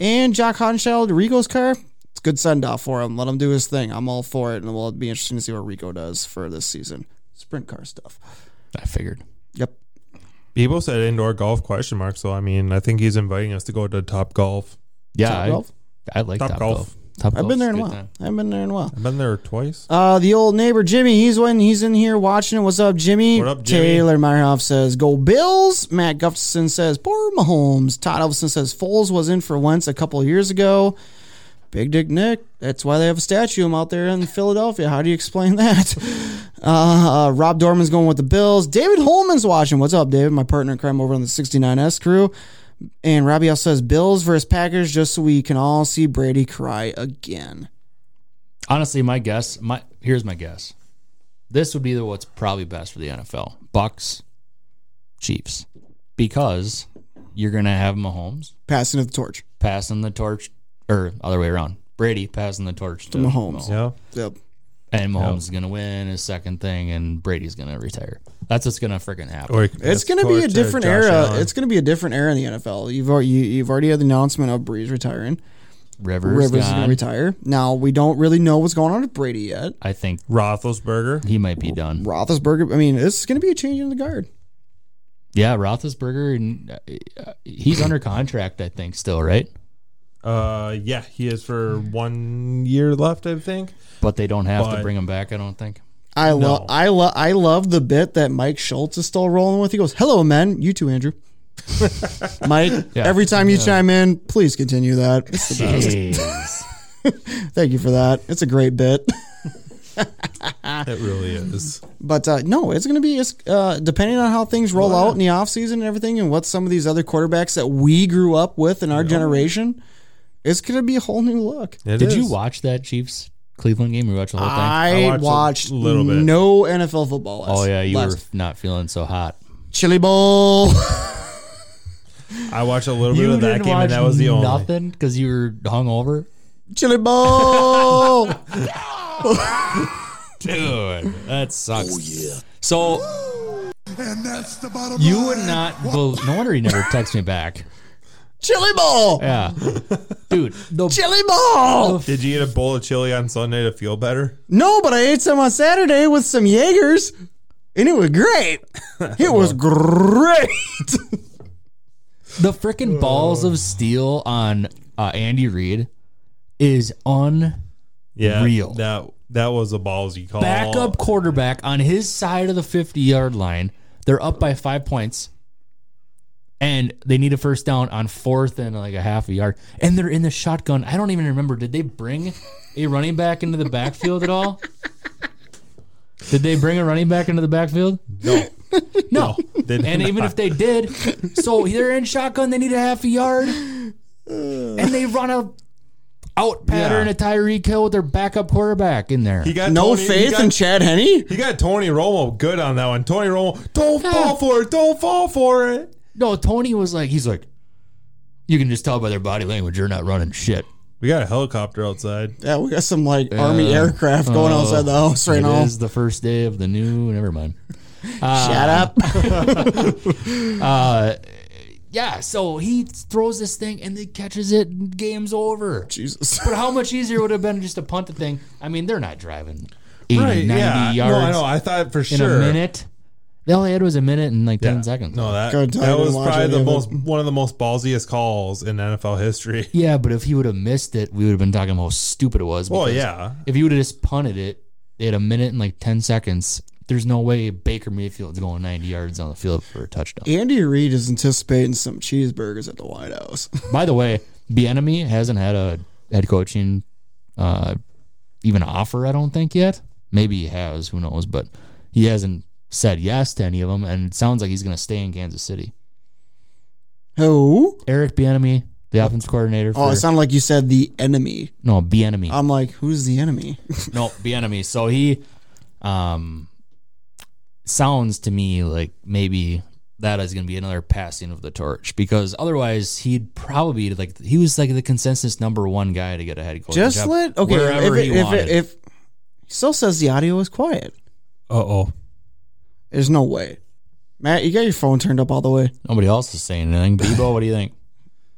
Speaker 1: And Jock Honschel, Rico's car. It's a good send off for him. Let him do his thing. I'm all for it, and it'll be interesting to see what Rico does for this season. Sprint car stuff.
Speaker 3: I figured.
Speaker 1: Yep.
Speaker 7: Bebo said indoor golf question mark. So I mean, I think he's inviting us to go to Top Golf.
Speaker 3: Yeah.
Speaker 1: Top
Speaker 3: I,
Speaker 1: golf?
Speaker 3: I like
Speaker 7: Top
Speaker 3: Top,
Speaker 7: golf.
Speaker 3: golf. Top
Speaker 1: I've been there in a
Speaker 3: golf's
Speaker 1: while.
Speaker 3: good time.
Speaker 1: I haven't been there in a while.
Speaker 7: I've been there twice.
Speaker 1: Uh, the old neighbor Jimmy, he's when he's in here watching it. What's up, Jimmy?
Speaker 7: What up, Jimmy?
Speaker 1: Taylor Meyerhoff says, Go Bills. Matt Gustafson says, Poor Mahomes. Todd Elvison says, Foles was in for Wentz a couple of years ago. Big Dick Nick. That's why they have a statue of him out there in Philadelphia. How do you explain that? Uh, uh, Rob Dorman's going with the Bills. David Holman's watching. What's up, David? My partner in crime over on the 69S crew. And Robbie also says, Bills versus Packers, just so we can all see Brady cry again.
Speaker 3: Honestly, my guess, my here's my guess. This would be the what's probably best for the NFL: Bucks, Chiefs, because you're gonna have Mahomes
Speaker 1: Passing of the torch.
Speaker 3: passing the torch, or other way around, Brady passing the torch to,
Speaker 1: Mahomes.
Speaker 7: yeah.
Speaker 1: Yep.
Speaker 3: and Mahomes is gonna win his second thing, and Brady's gonna retire. That's what's gonna freaking happen.
Speaker 7: Or he can
Speaker 1: It's
Speaker 7: just
Speaker 1: going to
Speaker 7: go
Speaker 1: be a
Speaker 7: to
Speaker 1: different
Speaker 7: Josh
Speaker 1: era.
Speaker 7: Allen.
Speaker 1: It's going to be a different era in the NFL. You've al- you, you've already had the announcement of Breeze retiring.
Speaker 3: Rivers,
Speaker 1: Rivers is going
Speaker 3: gone.
Speaker 1: to retire. Now we don't really know what's going on with Brady yet.
Speaker 3: I think
Speaker 7: Roethlisberger.
Speaker 3: he might be done.
Speaker 1: Roethlisberger. I mean, it's going to be a change in the guard.
Speaker 3: Yeah, Roethlisberger, and uh, he's under contract, I think, still, right?
Speaker 7: Uh, yeah, he is for one year left, I think.
Speaker 3: But they don't have
Speaker 7: But-
Speaker 3: to bring him back, I don't think.
Speaker 1: I love I love I love the bit that Mike Schultz is still rolling with. He goes, "Hello, men. You too, Andrew." Mike, every time you chime in, please continue that. It's the best. Thank you for that. It's a great bit.
Speaker 7: It really is.
Speaker 1: But uh, no, it's going to be it's, uh, depending on how things roll out in the offseason and everything, and what some of these other quarterbacks that we grew up with in our generation, it's going to be a whole new look.
Speaker 7: It
Speaker 3: Did you
Speaker 7: is.
Speaker 3: watch that Chiefs Cleveland game? You watched the whole thing?
Speaker 1: I,
Speaker 7: I watched
Speaker 1: watched
Speaker 7: a little bit.
Speaker 1: no NFL football.
Speaker 3: oh, yeah, you
Speaker 1: last-
Speaker 3: were not feeling so hot.
Speaker 1: Chili Bowl.
Speaker 7: I watched a little bit of that game, and that was the only.
Speaker 3: nothing because you were hungover?
Speaker 1: Chili Bowl.
Speaker 3: Dude, that sucks.
Speaker 8: Oh, yeah.
Speaker 3: So
Speaker 5: And that's the bottom line.
Speaker 3: you would not believe. No wonder he never texted me back.
Speaker 1: Chili Bowl.
Speaker 3: Yeah. Dude, the
Speaker 1: Chili Bowl.
Speaker 7: Did you eat a bowl of chili on Sunday to feel better?
Speaker 1: No, but I ate some on Saturday with some Jaegers, and it was great. It was great.
Speaker 3: The freaking balls of steel on uh, Andy Reid is unreal.
Speaker 7: Yeah,
Speaker 3: Real.
Speaker 7: That that was a ballsy call.
Speaker 3: Backup quarterback on his side of the 50 yard line. They're up by five points. And they need a first down on fourth and like a half a yard. And they're in the shotgun. I don't even remember. Did they bring a running back into the backfield at all? Did they bring a running back into the backfield?
Speaker 7: No,
Speaker 3: No.
Speaker 7: did
Speaker 3: And even if they did, so they're in shotgun, they need a half a yard, and they run a out pattern
Speaker 7: Yeah.
Speaker 3: a Tyreek Hill with their backup quarterback in there.
Speaker 7: he got
Speaker 1: No
Speaker 7: Tony- he
Speaker 1: faith
Speaker 7: got-
Speaker 1: in Chad Henney.
Speaker 7: He got Tony Romo good on that one. Tony Romo, don't fall for it. Don't fall for it.
Speaker 3: no, Tony was like, he's like, you can just tell by their body language you're not running shit.
Speaker 7: We got a helicopter outside.
Speaker 1: Yeah, we got some like army aircraft going
Speaker 3: Oh,
Speaker 1: outside the house right
Speaker 3: It
Speaker 1: now.
Speaker 3: is the first day of the new. Never mind.
Speaker 1: Shut up.
Speaker 3: Yeah, so he throws this thing and then catches it. And game's over.
Speaker 1: Jesus.
Speaker 3: But how much easier would it have been just to punt the thing? I mean, they're not driving 80, 90 yards.
Speaker 7: No, I know. I thought for
Speaker 3: in
Speaker 7: sure.
Speaker 3: a minute. They only had was a minute and like ten
Speaker 7: Yeah.
Speaker 3: seconds.
Speaker 7: No, that
Speaker 1: Good time
Speaker 7: that
Speaker 1: to
Speaker 7: was
Speaker 1: watch
Speaker 7: probably
Speaker 1: any
Speaker 7: the
Speaker 1: of it.
Speaker 7: most one of the most ballsiest calls in NFL history.
Speaker 3: yeah, but if he would have missed it, we would have been talking about how stupid it was.
Speaker 7: Well,
Speaker 3: because
Speaker 7: Oh, yeah,
Speaker 3: If he would have just punted it, they had a minute and like ten seconds. There's no way Baker Mayfield's going 90 yards on the field for a touchdown.
Speaker 1: Andy Reid is anticipating some cheeseburgers at the White House.
Speaker 3: By the way, Bienemy hasn't had a head coaching uh, even offer, I don't think yet. Maybe he has, who knows, but he hasn't said yes to any of them, and it sounds like he's going to stay in Kansas City.
Speaker 1: Who?
Speaker 3: Eric Bieniemy, the offense coordinator for
Speaker 1: Oh, it sounded like you said the enemy.
Speaker 3: no Bieniemy,
Speaker 1: I'm like, who's the enemy?
Speaker 3: no Bieniemy. So he, um, sounds to me like maybe that is going to be another passing of the torch because otherwise he'd probably be like he was like the consensus number one guy to get a head coach.
Speaker 1: Just
Speaker 3: job
Speaker 1: let okay.
Speaker 3: wherever
Speaker 1: if, it-
Speaker 3: he
Speaker 1: if,
Speaker 3: wanted.
Speaker 1: it- if, he still says the audio is quiet,
Speaker 7: Uh oh.
Speaker 1: there's no way. Matt, you got your phone turned up all the way.
Speaker 3: Nobody else is saying anything. Bebo, what do you think?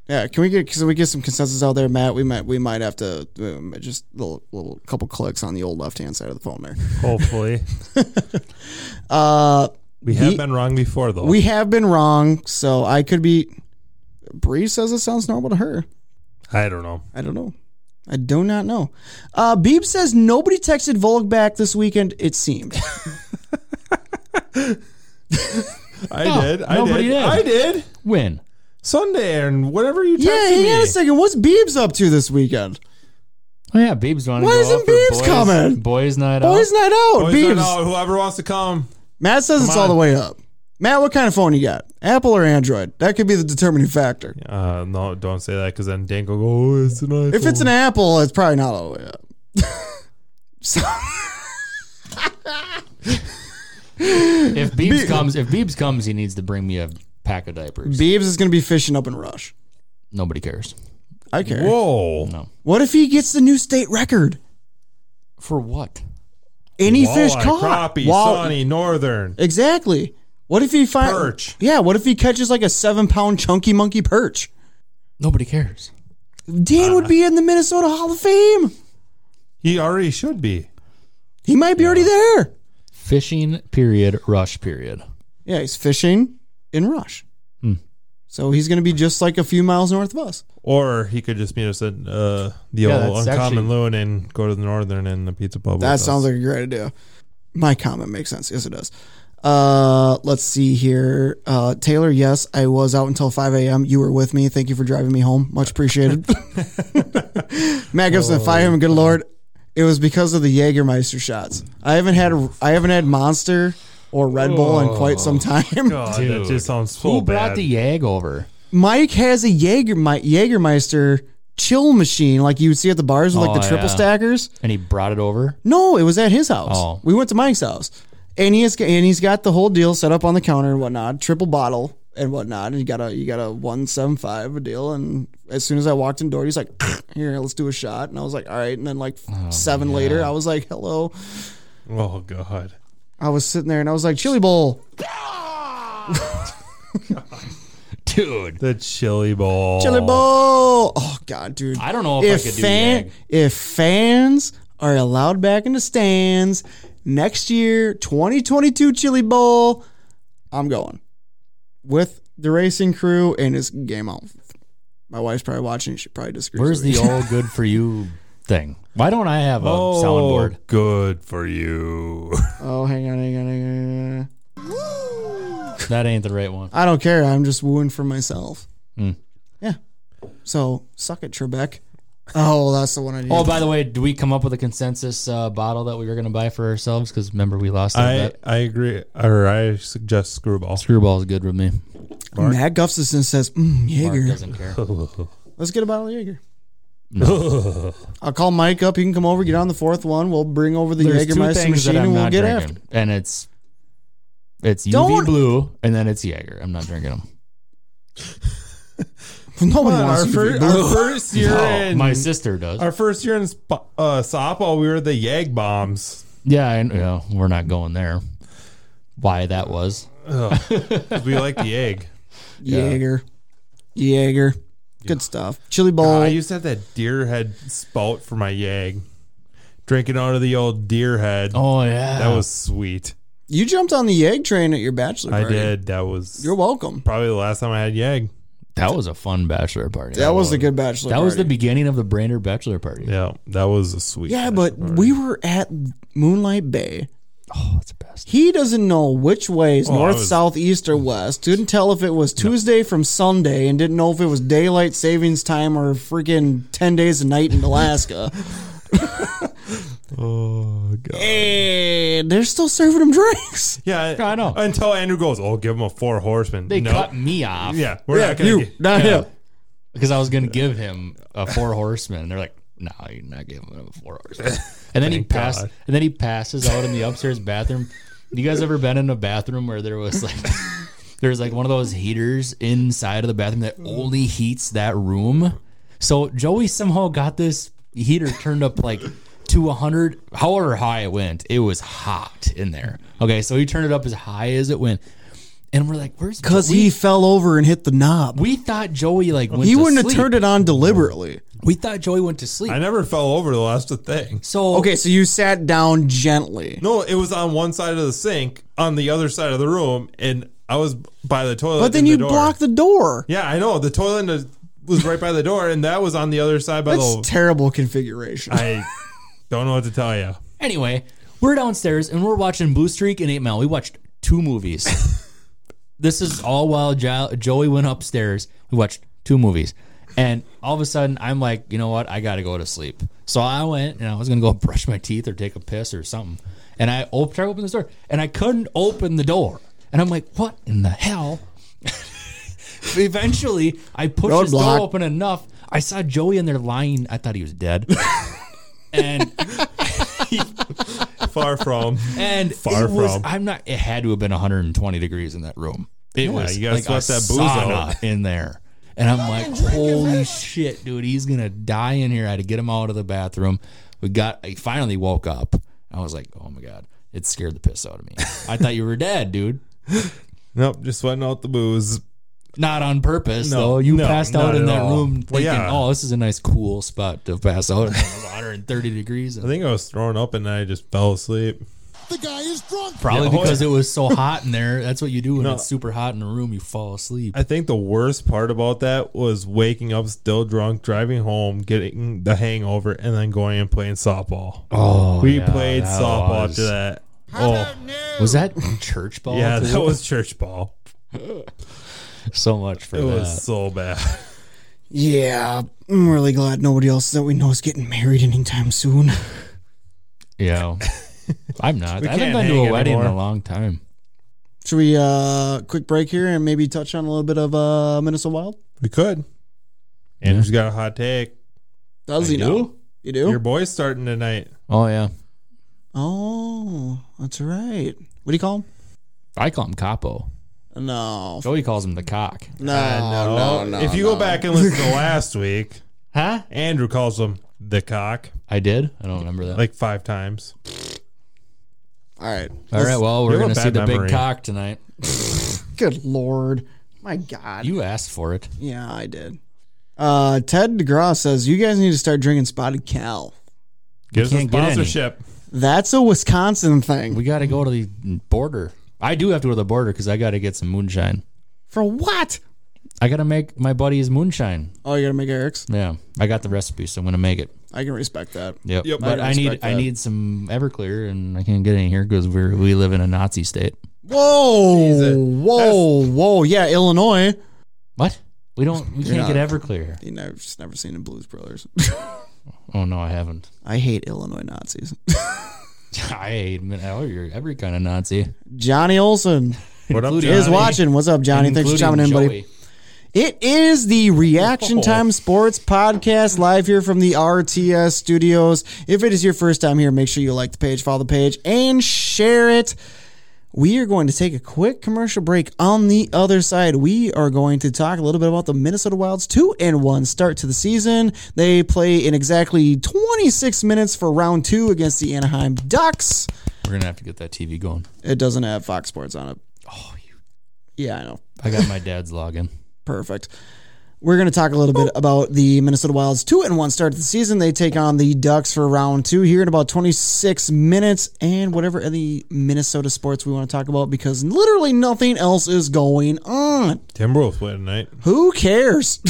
Speaker 1: Yeah, can we get so we get some consensus out there, Matt? We might we might have to um, just little little couple clicks on the old left hand side of the phone there.
Speaker 7: Hopefully.
Speaker 1: Uh,
Speaker 7: We have
Speaker 1: He-
Speaker 7: been wrong before, though.
Speaker 1: we have been wrong, so I could be. Bree says it sounds normal to her.
Speaker 7: I don't know.
Speaker 1: I don't know. I do not know. Uh, Beeb says nobody texted Volk back this weekend. It seemed.
Speaker 7: I did. I
Speaker 3: nobody
Speaker 7: did.
Speaker 3: did.
Speaker 7: I did.
Speaker 3: Win.
Speaker 7: Sunday and whatever you texted
Speaker 1: yeah, hang on
Speaker 7: me.
Speaker 1: a second. What's Beebs up to this weekend?
Speaker 3: Oh yeah, Beebs wanted.
Speaker 1: Why
Speaker 3: to go
Speaker 1: isn't
Speaker 3: out for
Speaker 1: Biebs
Speaker 3: boys,
Speaker 1: coming?
Speaker 3: Boys night
Speaker 1: Boys'
Speaker 3: out.
Speaker 1: night Oh, out.
Speaker 7: Boys,
Speaker 1: Beebs.
Speaker 7: don't know. "Oh, whoever wants to come.
Speaker 1: Matt says it's all the way up. Matt, what kind of phone you got? Apple or Android? That could be the determining factor.
Speaker 7: Uh, no, don't say that because then Dank will go, oh, it's an iPhone.
Speaker 1: If it's an Apple, it's probably not all the way up. so,
Speaker 3: If Beebs comes, if Beebs comes, he needs to bring me a pack of diapers.
Speaker 1: Beebs is going to be fishing up in Rush.
Speaker 3: Nobody cares.
Speaker 1: I care.
Speaker 7: Whoa.
Speaker 1: What if he gets the new state record?
Speaker 3: For what?
Speaker 1: Any
Speaker 7: Walleye,
Speaker 1: fish caught.
Speaker 7: Crappie,
Speaker 1: Wall-
Speaker 7: Sunny, Northern.
Speaker 1: Exactly. What if he finds
Speaker 7: Perch.
Speaker 1: Yeah. What if he catches like a seven pound chunky monkey perch?
Speaker 3: Nobody cares.
Speaker 1: Dan would be in the Minnesota Hall of Fame.
Speaker 7: He already should be.
Speaker 1: He might be already there.
Speaker 3: Fishing period. Rush period.
Speaker 1: Yeah, he's fishing in Rush.
Speaker 7: Hmm.
Speaker 1: So he's going to be just like a few miles north of us.
Speaker 7: Or he could just meet us at uh, the
Speaker 3: Yeah,
Speaker 7: old
Speaker 3: that's actually-
Speaker 7: Uncommon Loon and go to the Northern and the Pizza Pub.
Speaker 1: That sounds like a great idea. My comment makes sense. Yes, it does. Uh, let's see here. Uh, Taylor, yes, I was out until 5 a.m. You were with me. Thank you for driving me home. Much appreciated. Matt
Speaker 7: Oh.
Speaker 1: Gibson, fire him. Good Lord. It was because of the Jägermeister shots. I haven't had a, I haven't had Monster or Red Bull in quite some time.
Speaker 7: God, Oh, that just sounds so
Speaker 3: Who brought
Speaker 7: bad.
Speaker 3: the yag over?
Speaker 1: Mike has a Jaeger, Mi- Jägermeister chill machine like you would see at the bars with like the
Speaker 3: Oh,
Speaker 1: triple
Speaker 3: yeah.
Speaker 1: stackers.
Speaker 3: And he brought it over.
Speaker 1: No, it was at his house.
Speaker 3: Oh.
Speaker 1: We went to Mike's house. And he has, and he's got the whole deal set up on the counter and whatnot, triple bottle and whatnot. And you got a you got a one seven five deal. And as soon as I walked in the door, he's like, "Here, let's do a shot." And I was like, "All right." And then like seven later, I was like, "Hello."
Speaker 7: Oh, God.
Speaker 1: I was sitting there and I was like, "Chili bowl,
Speaker 3: Dude,
Speaker 7: The Chili Bowl.
Speaker 1: chili bowl." Oh god, dude.
Speaker 3: I don't know if, I could
Speaker 1: fan-
Speaker 3: do yag.
Speaker 1: if fans are allowed back in the stands next year, 2022 Chili Bowl, I'm going with the racing crew and it's game on. My wife's probably watching. She probably disagrees.
Speaker 3: Where's
Speaker 1: with
Speaker 3: the
Speaker 1: me.
Speaker 3: all good for you thing? Why don't I have a
Speaker 7: Oh,
Speaker 3: soundboard?
Speaker 7: good for you.
Speaker 1: Oh, hang on, hang on, hang on.
Speaker 3: That ain't the right one.
Speaker 1: I don't care. I'm just wooing for myself. Yeah. So suck it, Trebek. Oh, that's the one I need.
Speaker 3: Oh, by the way, do we come up with a consensus uh, bottle that we were going to buy for ourselves? Because remember, we lost that
Speaker 7: I,
Speaker 3: bet.
Speaker 7: I agree. Or I suggest Screwball.
Speaker 3: Screwball's good with me.
Speaker 1: Matt Gustafson says, mm,
Speaker 3: Mark
Speaker 1: Jaeger.
Speaker 3: doesn't care.
Speaker 1: Let's get a bottle of Jaeger. I'll call Mike up. He can come over, get on the fourth one. We'll bring over the
Speaker 3: There's two
Speaker 1: Jaegermeister
Speaker 3: things that
Speaker 1: machine and
Speaker 3: I'm
Speaker 1: we'll
Speaker 3: not
Speaker 1: get
Speaker 3: drinking,
Speaker 1: after.
Speaker 3: and it's it's UV
Speaker 1: Don't-
Speaker 3: blue, and then it's Jaeger. I'm not drinking them.
Speaker 1: Nobody
Speaker 7: Our,
Speaker 1: wants
Speaker 7: fir-
Speaker 1: to
Speaker 7: our first year
Speaker 3: Oh,
Speaker 7: in
Speaker 3: my sister does.
Speaker 7: our first year in Sp- uh, softball, we were the Yag Bombs.
Speaker 3: yeah, I, yeah, we're not going there. Why that was?
Speaker 7: 'Cause we like the egg.
Speaker 1: Jaeger. Jaeger. Good stuff. Chili bowl.
Speaker 7: I used to have that deer head spout for my yag. Drinking out of the old deer head.
Speaker 3: Oh yeah,
Speaker 7: That was sweet.
Speaker 1: you jumped on the Jaeg train at your bachelor
Speaker 7: I
Speaker 1: party.
Speaker 7: did. That was
Speaker 1: You're welcome.
Speaker 7: probably the last time I had yag.
Speaker 3: that was a fun bachelor party.
Speaker 1: That was a good bachelor
Speaker 3: That was the
Speaker 1: party.
Speaker 3: beginning of the Brainerd bachelor party.
Speaker 7: Yeah, that was a sweet.
Speaker 1: Yeah, but we were at Moonlight Bay.
Speaker 3: Oh, it's the best.
Speaker 1: He doesn't know which way is
Speaker 7: Oh, I
Speaker 1: north,
Speaker 7: was-
Speaker 1: south, east, or west. Didn't tell if it was Tuesday from Sunday and didn't know if it was daylight savings time or freaking 10 days a night in Alaska.
Speaker 7: Oh god.
Speaker 1: And they're still serving him drinks.
Speaker 7: Yeah,
Speaker 3: I know.
Speaker 7: Until Andrew goes, "Oh, give him a four horseman."
Speaker 3: They
Speaker 7: no.
Speaker 3: cut me off.
Speaker 7: Yeah, we're not gonna.
Speaker 1: you,
Speaker 7: get-
Speaker 1: not him.
Speaker 3: because I was going to give him a four horsemen. They're like, no, you're not giving him a four horsemen. And then he passed.
Speaker 7: God.
Speaker 3: And then he passes out in the upstairs bathroom. You guys ever been in a bathroom where there was like there was like one of those heaters inside of the bathroom that only heats that room? So Joey somehow got this heater turned up like to 100, however high it went. It was hot in there. Okay, so he turned it up as high as it went. And we're like, where's
Speaker 1: Because
Speaker 3: Joey?
Speaker 1: he fell over and hit the knob.
Speaker 3: We thought Joey like went
Speaker 1: He
Speaker 3: to
Speaker 1: wouldn't have
Speaker 3: sleep.
Speaker 1: turned it on deliberately.
Speaker 3: We thought Joey went to sleep.
Speaker 7: I never fell over. though. That's The last thing.
Speaker 3: So
Speaker 1: Okay, so you sat down gently.
Speaker 7: No, it was on one side of the sink, on the other side of the room, and I was by the toilet.
Speaker 1: But then
Speaker 7: and
Speaker 1: you
Speaker 7: the door.
Speaker 1: blocked the door.
Speaker 7: Yeah, I know. The toilet and the- was right by the door, and that was on the other side by
Speaker 1: That's
Speaker 7: the.
Speaker 1: terrible configuration.
Speaker 7: I don't know what to tell you.
Speaker 3: anyway, we're downstairs and we're watching Blue Streak and Eight Mile. We watched two movies. this is all while jo- Joey went upstairs. We watched two movies, and all of a sudden I'm like, you know what? I got to go to sleep. So I went and I was gonna go brush my teeth or take a piss or something, and I op- tried to open the door and I couldn't open the door, and I'm like, what in the hell? Eventually, I pushed this door
Speaker 1: Roadblock.
Speaker 3: open enough. I saw Joey in there lying. I thought he was dead. and
Speaker 7: Far from.
Speaker 3: and
Speaker 7: Far
Speaker 3: it was,
Speaker 7: from.
Speaker 3: I'm not. It had to have been 120 degrees in that room. It was
Speaker 7: you gotta
Speaker 3: like
Speaker 7: sweat
Speaker 3: a
Speaker 7: that booze
Speaker 3: sauna
Speaker 7: out.
Speaker 3: in there. And I'm like, holy shit, dude, he's gonna die in here. I had to get him out of the bathroom. We got. I finally woke up. I was like, oh my god, it scared the piss out of me. I thought you were dead, dude.
Speaker 7: Nope, just sweating out the booze.
Speaker 3: Not on purpose,
Speaker 7: No,
Speaker 3: though. You
Speaker 7: no,
Speaker 3: passed
Speaker 7: not
Speaker 3: out in
Speaker 7: at
Speaker 3: that
Speaker 7: all.
Speaker 3: room
Speaker 7: Well,
Speaker 3: thinking,
Speaker 7: yeah.
Speaker 3: oh, this is a nice, cool spot to pass out in. It was 130 degrees.
Speaker 7: I think I was throwing up, and I just fell asleep.
Speaker 8: The guy is drunk.
Speaker 3: Probably
Speaker 7: Yeah, oh,
Speaker 3: because
Speaker 7: yeah.
Speaker 3: it was so hot in there. That's what you do when
Speaker 7: No.
Speaker 3: it's super hot in a room. You fall asleep.
Speaker 7: I think the worst part about that was waking up still drunk, driving home, getting the hangover, and then going and playing softball.
Speaker 3: Oh,
Speaker 7: we
Speaker 3: yeah,
Speaker 7: played
Speaker 3: that
Speaker 7: softball
Speaker 3: was-
Speaker 7: after that. Oh,
Speaker 3: Was that church ball?
Speaker 7: yeah,
Speaker 3: too?
Speaker 7: that was church ball.
Speaker 3: so much for
Speaker 7: It
Speaker 3: that.
Speaker 7: was so bad.
Speaker 1: yeah, I'm really glad nobody else that we know is getting married anytime soon.
Speaker 3: yeah, I'm not. I haven't
Speaker 7: can't
Speaker 3: been to
Speaker 7: hang
Speaker 3: a wedding in a
Speaker 7: anymore.
Speaker 3: long time.
Speaker 1: Should we uh quick break here and maybe touch on a little bit of uh Minnesota Wild?
Speaker 7: We could. Andrew's got a hot take.
Speaker 1: Does he know? You do?
Speaker 7: Your boy's starting tonight.
Speaker 3: Oh yeah,
Speaker 1: oh, that's right. What do you call him?
Speaker 3: I call him Capo.
Speaker 1: No.
Speaker 3: Joey calls him the cock.
Speaker 1: No,
Speaker 7: Oh,
Speaker 1: no, no.
Speaker 7: if you
Speaker 1: no.
Speaker 7: go back and listen to last week,
Speaker 3: Huh?
Speaker 7: Andrew calls him the cock
Speaker 3: I did. I don't remember that.
Speaker 7: like five times.
Speaker 1: All right.
Speaker 3: All right, well,
Speaker 7: you
Speaker 3: we're
Speaker 7: have a
Speaker 3: gonna see
Speaker 7: bad
Speaker 3: the
Speaker 7: memory.
Speaker 3: big cock tonight.
Speaker 1: Good lord. My god.
Speaker 3: You asked for it.
Speaker 1: yeah, I did. Uh Ted DeGraw says you guys need to start drinking spotted cow.
Speaker 7: Gives us
Speaker 3: can't get any.
Speaker 7: sponsorship.
Speaker 1: That's a Wisconsin thing.
Speaker 3: We got to go to the border. I do have to go to the border because I got to get some moonshine.
Speaker 1: For what?
Speaker 3: I got to make my buddy's moonshine.
Speaker 1: Oh, you gotta make Eric's?
Speaker 3: Yeah, I got the recipe, so I'm gonna make it.
Speaker 1: I can respect that.
Speaker 3: Yep.
Speaker 7: Yep,
Speaker 3: but
Speaker 7: I
Speaker 3: I need
Speaker 1: respect
Speaker 3: I
Speaker 1: that.
Speaker 3: need some Everclear, and I can't get any here because we we live in a Nazi state.
Speaker 1: Whoa, whoa, whoa! Yeah, Illinois.
Speaker 3: What? We don't. We can't
Speaker 1: not-
Speaker 3: get Everclear. here.
Speaker 1: You know, I've just never seen in Blues Brothers.
Speaker 3: Oh no, I haven't.
Speaker 1: I hate Illinois Nazis.
Speaker 3: I hate min- oh, you're every kind of Nazi.
Speaker 1: Johnny Olson
Speaker 7: What up,
Speaker 3: Including-
Speaker 1: is
Speaker 7: Johnny?
Speaker 1: watching. What's up, Johnny? Thanks for
Speaker 3: Including
Speaker 1: chopping in, buddy.
Speaker 3: Joey.
Speaker 1: It is the Reaction
Speaker 7: Whoa.
Speaker 1: Time Sports Podcast live here from the RTS studios. If it is your first time here, make sure you like the page, follow the page, and share it. We are going to take a quick commercial break. On the other side, we are going to talk a little bit about the Minnesota Wild's 2 and 1 start to the season. They play in exactly 26 minutes for round 2 against the Anaheim Ducks.
Speaker 3: We're gonna have to get that TV going.
Speaker 1: It doesn't have Fox Sports on it. Oh, you. Yeah, I know.
Speaker 3: I got my dad's login.
Speaker 1: Perfect. We're going to talk a little bit about the Minnesota Wild's two and one start to the season. They take on the Ducks for round two here in about 26 minutes and whatever the Minnesota sports we want to talk about because literally nothing else is going on.
Speaker 7: Timberwolves play tonight.
Speaker 1: Who cares?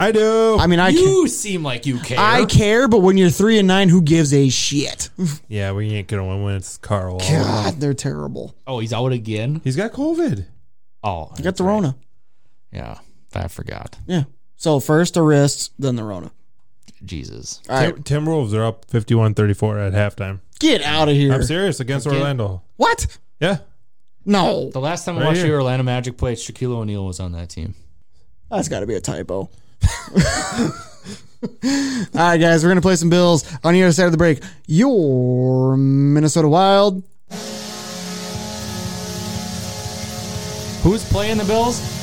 Speaker 7: I do.
Speaker 1: I mean, I ca-
Speaker 3: You seem like you care.
Speaker 1: I care, but when you're three and nine, who gives a shit?
Speaker 7: yeah, we ain't gonna win when it's Carl.
Speaker 1: God, they're terrible.
Speaker 3: oh, he's out again.
Speaker 7: He's got COVID.
Speaker 3: Oh,
Speaker 1: Got the Rona.
Speaker 3: yeah. I forgot.
Speaker 1: Yeah. So first the wrists, then the Rona.
Speaker 3: Jesus.
Speaker 1: All right,
Speaker 7: Tim, Timberwolves are up 51-34 at halftime.
Speaker 1: get out of here.
Speaker 7: I'm serious against Orlando.
Speaker 1: What?
Speaker 7: Yeah.
Speaker 1: No,
Speaker 3: The last time I
Speaker 7: Right
Speaker 3: watched
Speaker 7: here.
Speaker 3: the Orlando Magic play, Shaquille O'Neal was on that team.
Speaker 1: that's got to be a typo. All right, guys, we're gonna play some bills on the other side of the break. Your Minnesota Wild.
Speaker 3: Who's playing the Bills?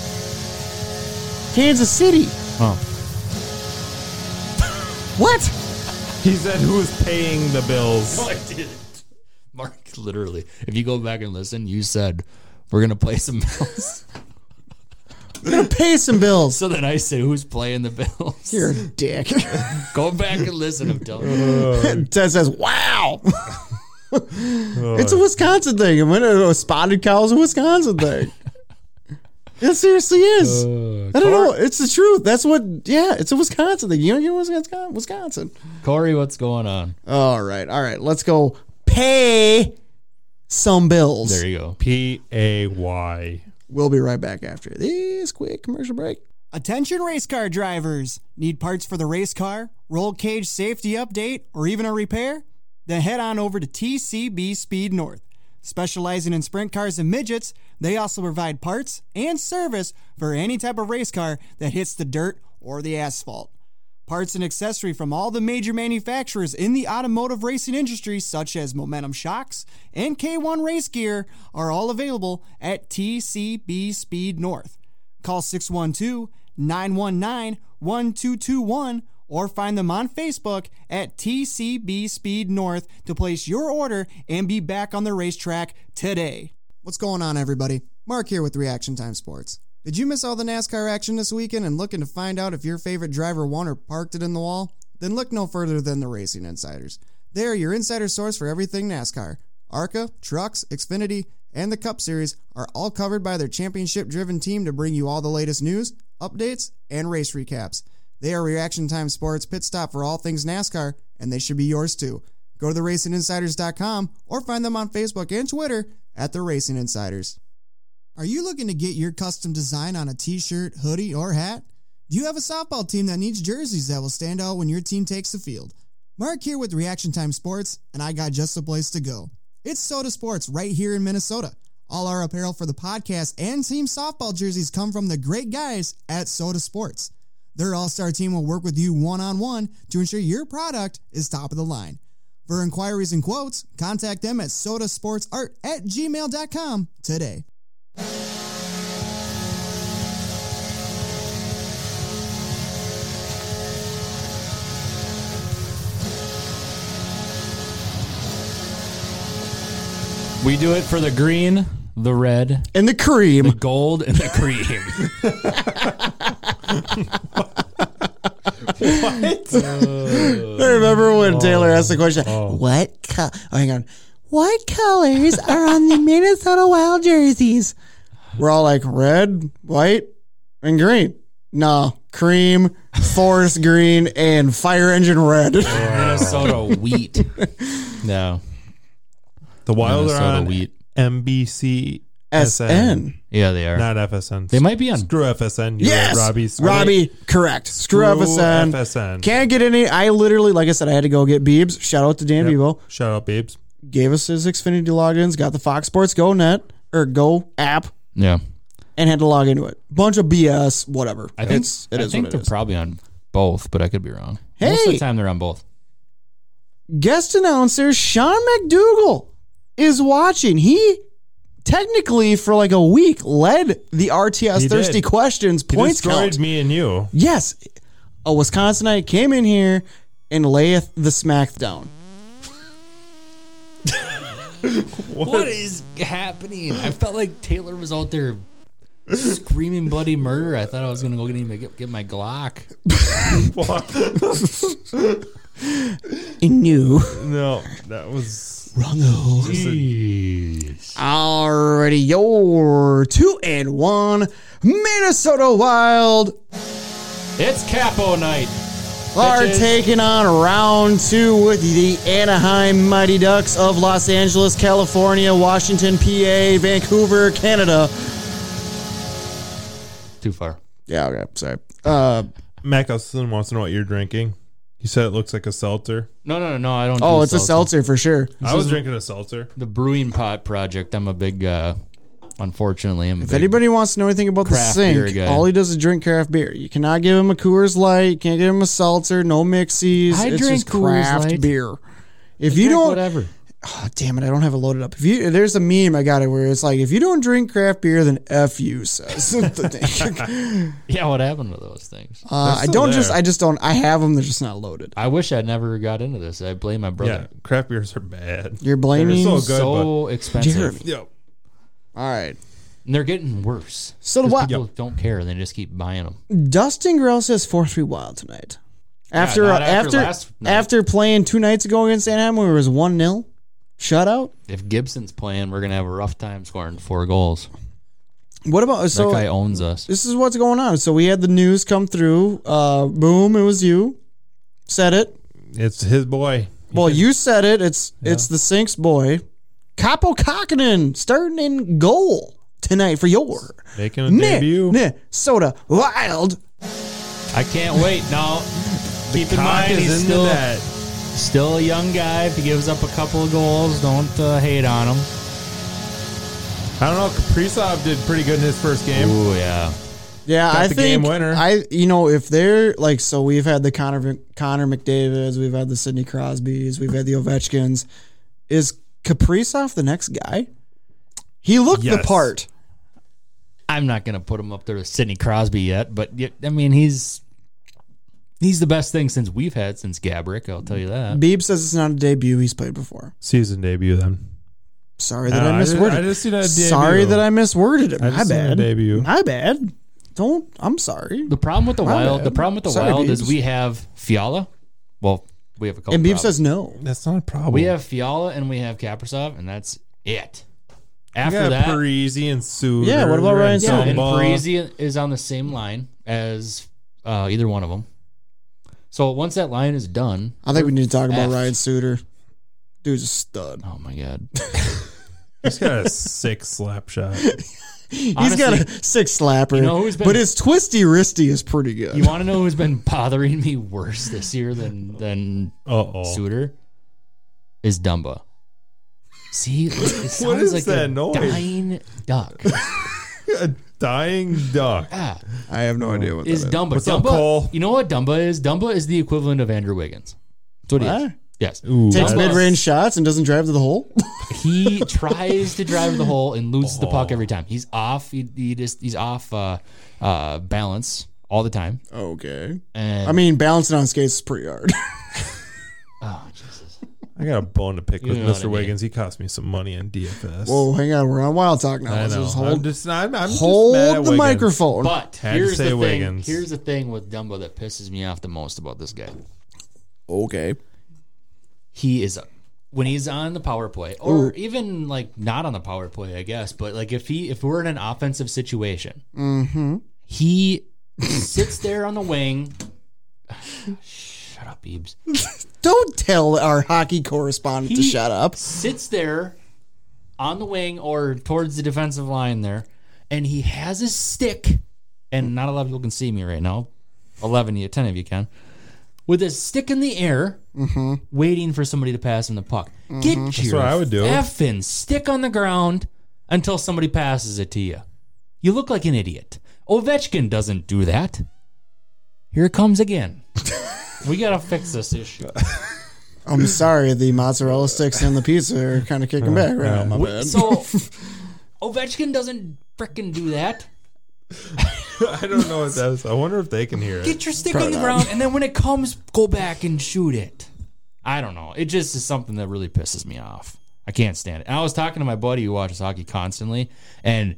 Speaker 1: Kansas City.
Speaker 3: Oh,
Speaker 1: What?
Speaker 7: He said who's paying the bills.
Speaker 3: I did it. Mark, literally, if you go back and listen, you said we're gonna play some Bills.
Speaker 1: Gonna pay some bills.
Speaker 3: so then I said, who's playing the Bills?
Speaker 1: You're a dick.
Speaker 3: Go back and listen. I'm telling you.
Speaker 1: Ted says, "Wow." it's a Wisconsin thing. And when a spotted cow is a Wisconsin thing. it seriously is. I don't know. It's the truth. That's what. Yeah, it's a Wisconsin thing. You don't get Wisconsin. Wisconsin.
Speaker 3: Corey, what's going on?
Speaker 1: All right. All right. Let's go pay some bills.
Speaker 3: There you go.
Speaker 7: P A Y.
Speaker 1: We'll be right back after this quick commercial break.
Speaker 9: Attention race car drivers! Need parts for the race car, roll cage safety update, or even a repair? Then head on over to TCB Speed North. Specializing in sprint cars and midgets, they also provide parts and service for any type of race car that hits the dirt or the asphalt. Parts and accessory from all the major manufacturers in the automotive racing industry, such as Momentum Shocks and K1 Race Gear, are all available at TCB Speed North. Call 612 919 1221 or find them on Facebook at TCB Speed North to place your order and be back on the racetrack today. What's going on, everybody? Mark here with Reaction Time Sports. Did you miss all the NASCAR action this weekend and looking to find out if your favorite driver won or parked it in the wall? Then look no further than the Racing Insiders. They are your insider source for everything NASCAR. ARCA, Trucks, Xfinity, and the Cup Series are all covered by their championship driven team to bring you all the latest news, updates, and race recaps. They are Reaction Time Sports pit stop for all things NASCAR, and they should be yours too. Go to theracinginsiders.com or find them on Facebook and Twitter at The Racing Insiders. Are you looking to get your custom design on a t shirt, hoodie, or hat? Do you have a softball team that needs jerseys that will stand out when your team takes the field? Mark here with Reaction Time Sports, and I got just the place to go. It's Soda Sports right here in Minnesota. All our apparel for the podcast and team softball jerseys come from the great guys at Soda Sports. Their all star team will work with you one on one to ensure your product is top of the line. For inquiries and quotes, contact them at sodasportsart at gmail.com today.
Speaker 3: We do it for the green, the red,
Speaker 1: And the cream.
Speaker 3: the gold, and the cream.
Speaker 1: I remember when Taylor asked the question, "What co- oh, hang on, what colors are on the Minnesota Wild jerseys?" We're all like red, white, and green. No, cream, forest green, and fire engine red.
Speaker 3: Minnesota wheat. No.
Speaker 7: The Wild are
Speaker 3: Minnesota
Speaker 7: on
Speaker 3: wheat.
Speaker 7: NBC
Speaker 1: SN.
Speaker 3: Yeah, they are.
Speaker 7: Not FSN.
Speaker 3: They might be on.
Speaker 7: Screw FSN. You're
Speaker 1: Yes,
Speaker 7: right,
Speaker 1: Robbie.
Speaker 7: Robbie.
Speaker 1: Robbie, correct. Screw FSN.
Speaker 7: FSN.
Speaker 1: Can't get any. I literally, like I said, I had to go get Beebs. Shout out to Dan Bebo.
Speaker 7: Shout out, babes.
Speaker 1: Gave us his Xfinity logins. Got the Fox Sports Go net or Go app.
Speaker 3: Yeah.
Speaker 1: and had to log into it. Bunch of BS, whatever.
Speaker 3: I think,
Speaker 1: it's, it
Speaker 3: I
Speaker 1: is
Speaker 3: think
Speaker 1: what
Speaker 3: they're
Speaker 1: it is.
Speaker 3: probably on both, but I could be wrong. Most of
Speaker 1: Hey!
Speaker 3: the time they're on both.
Speaker 1: Guest announcer Sean McDougal is watching. He technically for like a week led the RTS
Speaker 7: He
Speaker 1: Thirsty
Speaker 7: did.
Speaker 1: Questions
Speaker 7: He
Speaker 1: points
Speaker 7: destroyed
Speaker 1: count.
Speaker 7: me and you.
Speaker 1: Yes, a Wisconsinite came in here and layeth the smack down.
Speaker 3: what is happening? I felt like Taylor was out there screaming bloody murder. I thought I was going to go get him to get, get my Glock.
Speaker 1: New.
Speaker 7: No, that was.
Speaker 1: Alrighty, your two and one Minnesota Wild
Speaker 3: It's Capo night.
Speaker 1: are
Speaker 3: Bitches.
Speaker 1: taking on round two with the Anaheim Mighty Ducks of Los Angeles, California, Washington, PA, Vancouver, Canada.
Speaker 3: Too far.
Speaker 1: Yeah, okay, sorry. Uh,
Speaker 7: Mac Austin wants to know what you're drinking. You said it looks like a seltzer.
Speaker 3: No, no, no, no. I don't.
Speaker 1: Oh,
Speaker 3: do
Speaker 1: it's a seltzer for sure.
Speaker 7: I was drinking a seltzer.
Speaker 3: The brewing pot project. I'm a big. uh Unfortunately, I'm a
Speaker 1: If
Speaker 3: big-
Speaker 1: anybody wants to know anything about the
Speaker 3: Craft beer
Speaker 1: sink,
Speaker 3: guy.
Speaker 1: all he does is drink craft beer. You cannot give him a Coors Light. You can't give him a seltzer. No mixies.
Speaker 3: I
Speaker 1: it's
Speaker 3: drink
Speaker 1: just
Speaker 3: Coors
Speaker 1: craft
Speaker 3: Light.
Speaker 1: beer. If you
Speaker 3: Drink
Speaker 1: don't,
Speaker 3: whatever.
Speaker 1: Oh, damn it, I don't have it loaded up. If you, there's a meme I got it where it's like, if you don't drink craft beer, then f you says. the thing.
Speaker 3: Yeah, what happened to those things?
Speaker 1: uh, I
Speaker 7: still
Speaker 1: don't just,
Speaker 7: there.
Speaker 1: I just don't. I have them. They're just not loaded.
Speaker 3: I wish I never got into this. I blame my
Speaker 7: Yeah,
Speaker 3: brother.
Speaker 7: craft beers are bad.
Speaker 1: You're blaming.
Speaker 7: so good.
Speaker 3: so expensive.
Speaker 1: Jeremy.
Speaker 7: Yeah.
Speaker 1: All right.
Speaker 3: And they're getting worse.
Speaker 1: So the
Speaker 3: 'Cause
Speaker 1: what?
Speaker 3: People don't care. They just keep buying them.
Speaker 1: Dustin Grouse has four three wild tonight. After
Speaker 3: not
Speaker 1: after
Speaker 3: after
Speaker 1: after,
Speaker 3: last night.
Speaker 1: playing two nights ago against Anaheim, where it was one 0 shutout.
Speaker 3: If Gibson's playing, we're gonna have a rough time scoring four goals.
Speaker 1: What about so?
Speaker 3: that guy owns us.
Speaker 1: this is what's going on. So we had the news come through. Uh, boom! It was you. Said it.
Speaker 7: It's his boy.
Speaker 1: Well, you said it. It's it's the Sinks boy, Capo Kakinen, starting in goal tonight for your
Speaker 7: Making a debut.
Speaker 1: Minnesota Wild.
Speaker 3: I can't wait. Now, keep in mind
Speaker 7: Cock
Speaker 3: he's
Speaker 7: is
Speaker 3: still
Speaker 7: into that.
Speaker 3: still a young guy. If he gives up a couple of goals, don't uh, hate on him.
Speaker 7: I don't know. Kaprizov did pretty good in his first game.
Speaker 3: Ooh yeah.
Speaker 1: Yeah, I
Speaker 7: the
Speaker 1: think
Speaker 7: game winner.
Speaker 1: I you know if they're like so we've had the Connor Connor McDavid's, we've had the Sidney Crosby's, we've had the Ovechkins. Is Kaprizov the next guy? He looked the
Speaker 7: Yes.
Speaker 1: part.
Speaker 3: I'm not gonna put him up there with Sidney Crosby yet, but y- I mean he's he's the best thing since we've had since Gabrick. I'll tell you that.
Speaker 1: Beeb says it's not a debut. He's played before.
Speaker 7: Season debut then.
Speaker 1: Sorry that
Speaker 7: No,
Speaker 1: I
Speaker 7: I just-
Speaker 1: misworded.
Speaker 7: I just seen a
Speaker 1: Sorry
Speaker 7: debut.
Speaker 1: that I misworded it.
Speaker 7: I
Speaker 1: My
Speaker 7: just seen a
Speaker 1: bad.
Speaker 7: debut.
Speaker 1: My bad. Don't. I'm sorry.
Speaker 3: The problem with the wild,
Speaker 1: bad.
Speaker 3: the problem with the
Speaker 1: Sorry,
Speaker 3: wild is
Speaker 1: Biebs.
Speaker 3: we have Fiala. Well, we have a couple.
Speaker 1: And Beeb
Speaker 3: problems.
Speaker 1: says no.
Speaker 7: That's not a problem.
Speaker 3: we have Fiala and we have Kaprasov, and that's it. After
Speaker 7: yeah,
Speaker 3: that,
Speaker 7: Parisi and Suter.
Speaker 1: Yeah, what about Ryan
Speaker 7: and
Speaker 3: yeah, and
Speaker 7: Dumba.
Speaker 3: Parisi is on the same line as uh, either one of them. So once that line is done,
Speaker 1: I think we need to talk about
Speaker 3: F.
Speaker 1: Ryan Suter. Dude's a stud.
Speaker 3: oh my god,
Speaker 7: He's got a six slap shot.
Speaker 1: He's got a six slapper.
Speaker 3: know who's been-
Speaker 1: but his twisty wristy is pretty good.
Speaker 3: you want to know who's been bothering me worse this year than than
Speaker 7: Uh oh.
Speaker 3: Suter is Dumba. See, it sounds
Speaker 7: is
Speaker 3: like
Speaker 7: that
Speaker 3: a
Speaker 7: noise?
Speaker 3: dying duck.
Speaker 7: A dying duck.
Speaker 3: Ah,
Speaker 1: I have no idea what
Speaker 3: is Dumba?
Speaker 7: What's
Speaker 3: Dumba,
Speaker 7: up, Cole?
Speaker 3: you know what Dumba is? Dumba is the equivalent of Andrew Wiggins. That's what he is.
Speaker 1: What?
Speaker 3: Yes,
Speaker 1: Takes
Speaker 3: Dumba-
Speaker 1: mid range shots and doesn't drive to the hole.
Speaker 3: he tries to drive to the hole and loses the
Speaker 7: Oh.
Speaker 3: puck every time. He's off. He, he just he's off uh, uh, balance all the time.
Speaker 1: okay.
Speaker 3: And
Speaker 1: I mean, balancing on skates is pretty hard.
Speaker 3: oh, Jesus.
Speaker 7: I got a bone to pick with
Speaker 3: know what I
Speaker 7: Mr.
Speaker 3: mean.
Speaker 7: Wiggins. He cost me some money on DFS.
Speaker 1: Whoa, hang on. We're on Wild Talk now.
Speaker 7: I
Speaker 1: Let's
Speaker 7: know.
Speaker 1: just
Speaker 7: I'm
Speaker 1: hold
Speaker 7: just, I'm, I'm just
Speaker 1: hold
Speaker 7: mad at
Speaker 1: the
Speaker 7: Wiggins.
Speaker 1: microphone.
Speaker 3: But
Speaker 7: Had to
Speaker 3: here's the
Speaker 7: say
Speaker 3: thing.
Speaker 7: Wiggins.
Speaker 3: Here's the thing with Dumba that pisses me off the most about this guy.
Speaker 1: okay.
Speaker 3: he is when he's on the power play or even like not on the power play i guess but like if he if we're in an offensive situation he sits there on the wing shut up Ebes.
Speaker 1: Don't tell our hockey correspondent to
Speaker 3: He-
Speaker 1: shut up.
Speaker 3: sits there on the wing or towards the defensive line there and he has his stick and not a lot of people can see me right now 11 of you 10 of you can with his stick in the air waiting for somebody to pass him the puck get your
Speaker 7: Mm-hmm. That's what I would do.
Speaker 3: effing stick on the ground until somebody passes it to you you look like an idiot ovechkin doesn't do that here it comes again we gotta fix this issue
Speaker 1: I'm sorry. The mozzarella sticks and the pizza are kind of kicking back right now. My
Speaker 3: We-
Speaker 1: bad.
Speaker 3: So Ovechkin doesn't frickin' do that.
Speaker 7: I don't know what that is. I wonder if they can hear it.
Speaker 3: Get your stick on the ground, and then when it comes, go back and shoot it. I don't know. It just is something that really pisses me off. I can't stand it. And I was talking to my buddy who watches hockey constantly, and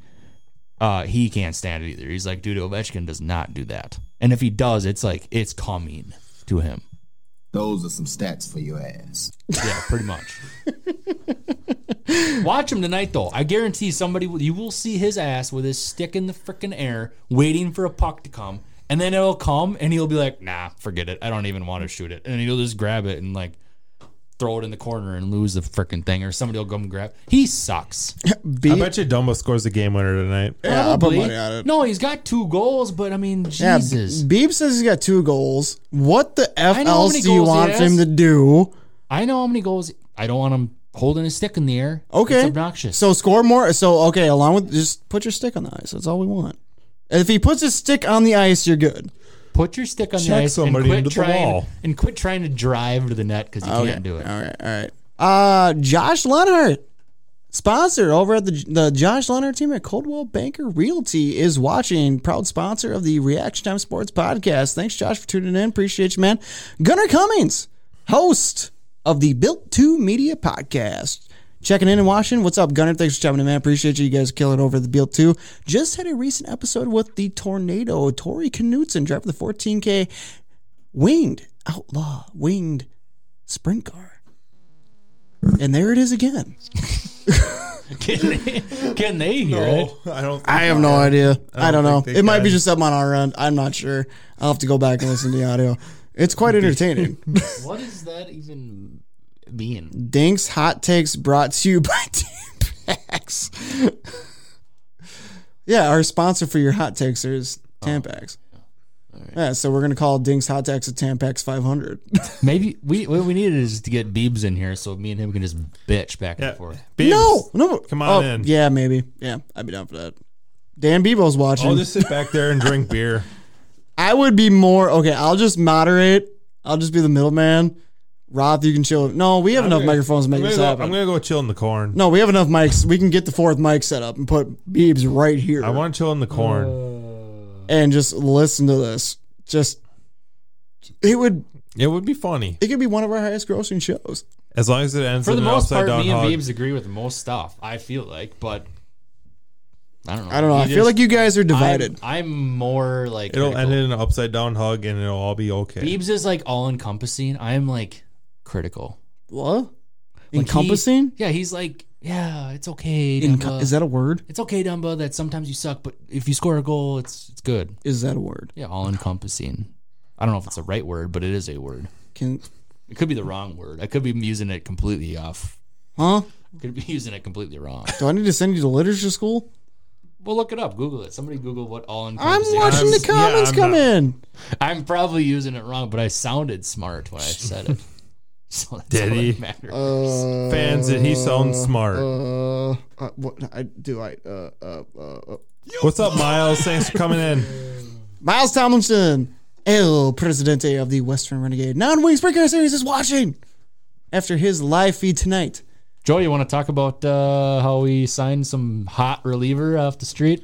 Speaker 3: uh, he can't stand it either. He's like, dude, Ovechkin does not do that. And if he does, it's like it's coming to him.
Speaker 6: Those are some stats for your ass.
Speaker 3: Yeah, pretty much. Watch him tonight, though. I guarantee somebody will- you will see his ass with his stick in the freaking air, waiting for a puck to come, and then it'll come, and he'll be like, "Nah, forget it. I don't even want to shoot it," and he'll just grab it and like throw it in the corner and lose the freaking thing, or somebody will come grab. He sucks.
Speaker 7: I
Speaker 1: Beat,
Speaker 7: bet you Dumbo scores the game winner tonight.
Speaker 1: yeah, I'll put
Speaker 3: Probably.
Speaker 1: money on it.
Speaker 3: No, he's got two goals, but I mean,
Speaker 1: Yeah,
Speaker 3: Jesus.
Speaker 1: Beeb says he's got two goals. What the f
Speaker 3: I know how
Speaker 1: else
Speaker 3: many
Speaker 1: do you
Speaker 3: goals he
Speaker 1: want
Speaker 3: has.
Speaker 1: him to do?
Speaker 3: I know how many goals. I don't want him holding his stick in the air.
Speaker 1: Okay,
Speaker 3: It's obnoxious.
Speaker 1: So score more. So okay, along with just put your stick on the ice. That's all we want. And if he puts his stick on the ice, you're good.
Speaker 3: Put your stick on the
Speaker 7: Check
Speaker 3: ice
Speaker 7: somebody
Speaker 3: and quit
Speaker 7: into the
Speaker 3: trying
Speaker 7: wall.
Speaker 3: and quit trying to drive to the net because you
Speaker 1: Oh,
Speaker 3: can't do it.
Speaker 1: All right, all right. Uh, Josh Lenhart, sponsor over at the the Josh Lenhart team at Coldwell Banker Realty is watching. Proud sponsor of the Reaction Time Sports podcast. Thanks, Josh, for tuning in. Appreciate you, man. Gunnar Cummings, host of the Built Two Media podcast. Checking in and watching. What's up, Gunnar? Thanks for chiming in, man. Appreciate you. You guys killing over at the Built 2. Just had a recent episode with the Tornado. Tori Knutson, driver of the 14K winged outlaw, winged sprint car. And there it is again.
Speaker 3: can, they, can they hear it?
Speaker 7: No, Oh, I don't.
Speaker 1: I have no idea. I don't,
Speaker 7: don't think
Speaker 1: know.
Speaker 7: they
Speaker 1: It might be
Speaker 7: can.
Speaker 1: just something on our end. I'm not sure. I'll have to go back and listen to the audio. It's quite entertaining.
Speaker 3: What does that even mean?
Speaker 1: Dink's Hot Takes brought to you by Tampax. yeah, our sponsor for your hot takes is
Speaker 7: Oh.
Speaker 1: Tampax. Yeah, so we're going to call Dink's Hot Takes a Tampax 500.
Speaker 3: Maybe we what we needed is to get Beebs in here so me and him can just bitch back
Speaker 7: Yeah.
Speaker 3: and forth.
Speaker 7: Beams,
Speaker 1: no, no. Oh,
Speaker 7: Come on in.
Speaker 1: Yeah, maybe. Yeah, I'd be down for that. Dan Bebo's watching.
Speaker 7: I'll just sit back there and drink beer.
Speaker 1: I would be more okay. I'll just moderate. I'll just be the middleman. Roth, you can chill. No, we have enough microphones to
Speaker 7: I'm
Speaker 1: make
Speaker 7: gonna,
Speaker 1: this
Speaker 7: go,
Speaker 1: happen.
Speaker 7: I'm gonna go chill in the corn.
Speaker 1: no, we have enough mics. We can get the fourth mic set up and put Beebs right here
Speaker 7: I want to chill in the corn.
Speaker 1: and just listen to this. Just it would
Speaker 7: it would be funny
Speaker 1: it could be one of our highest grossing shows.
Speaker 7: as long as it ends
Speaker 3: For the
Speaker 7: in
Speaker 3: most
Speaker 7: an upside
Speaker 3: part,
Speaker 7: down
Speaker 3: me and
Speaker 7: hug.
Speaker 3: Beebs agree with most stuff. I feel like, but I don't know.
Speaker 1: I don't know. I feel like you guys are divided.
Speaker 3: I'm, I'm more like
Speaker 7: It'll
Speaker 3: critical.
Speaker 7: end in an upside down hug, and it'll all be okay.
Speaker 3: Beebs is like all encompassing. I'm like critical.
Speaker 1: What?
Speaker 3: Like, he-
Speaker 1: Encompassing?
Speaker 3: yeah, he's like, yeah, it's okay. Dumba.
Speaker 1: Enco- is that a word?
Speaker 3: it's okay, Dumba, that sometimes you suck, but if you score a goal, it's it's good.
Speaker 1: Is that a word?
Speaker 3: Yeah, all encompassing. I don't know if it's the right word, but it is a word.
Speaker 1: Can
Speaker 3: It could be the wrong word. I could be using it completely off.
Speaker 1: huh?
Speaker 3: Could be using it completely wrong.
Speaker 1: Do I need to send you to literature school?
Speaker 3: well, look it up. Google it. Somebody Google what all
Speaker 1: I'm
Speaker 3: encompassing.
Speaker 1: watching the
Speaker 7: yeah,
Speaker 1: comments
Speaker 7: I'm
Speaker 1: come
Speaker 7: not-
Speaker 1: in.
Speaker 3: I'm probably using it wrong, but I sounded smart when I said it. So that's
Speaker 7: Did
Speaker 3: all that
Speaker 7: he?
Speaker 3: matters.
Speaker 7: Fans, that he sounds smart.
Speaker 1: Uh, uh, what I do I uh uh uh. uh.
Speaker 7: What's up, Miles? Thanks for coming in.
Speaker 1: Miles Tomlinson, El Presidente of the Western Renegade Non Wings Breaker Series is watching after his live feed tonight.
Speaker 3: Joe, you want to talk about uh, how we signed some hot reliever off the street?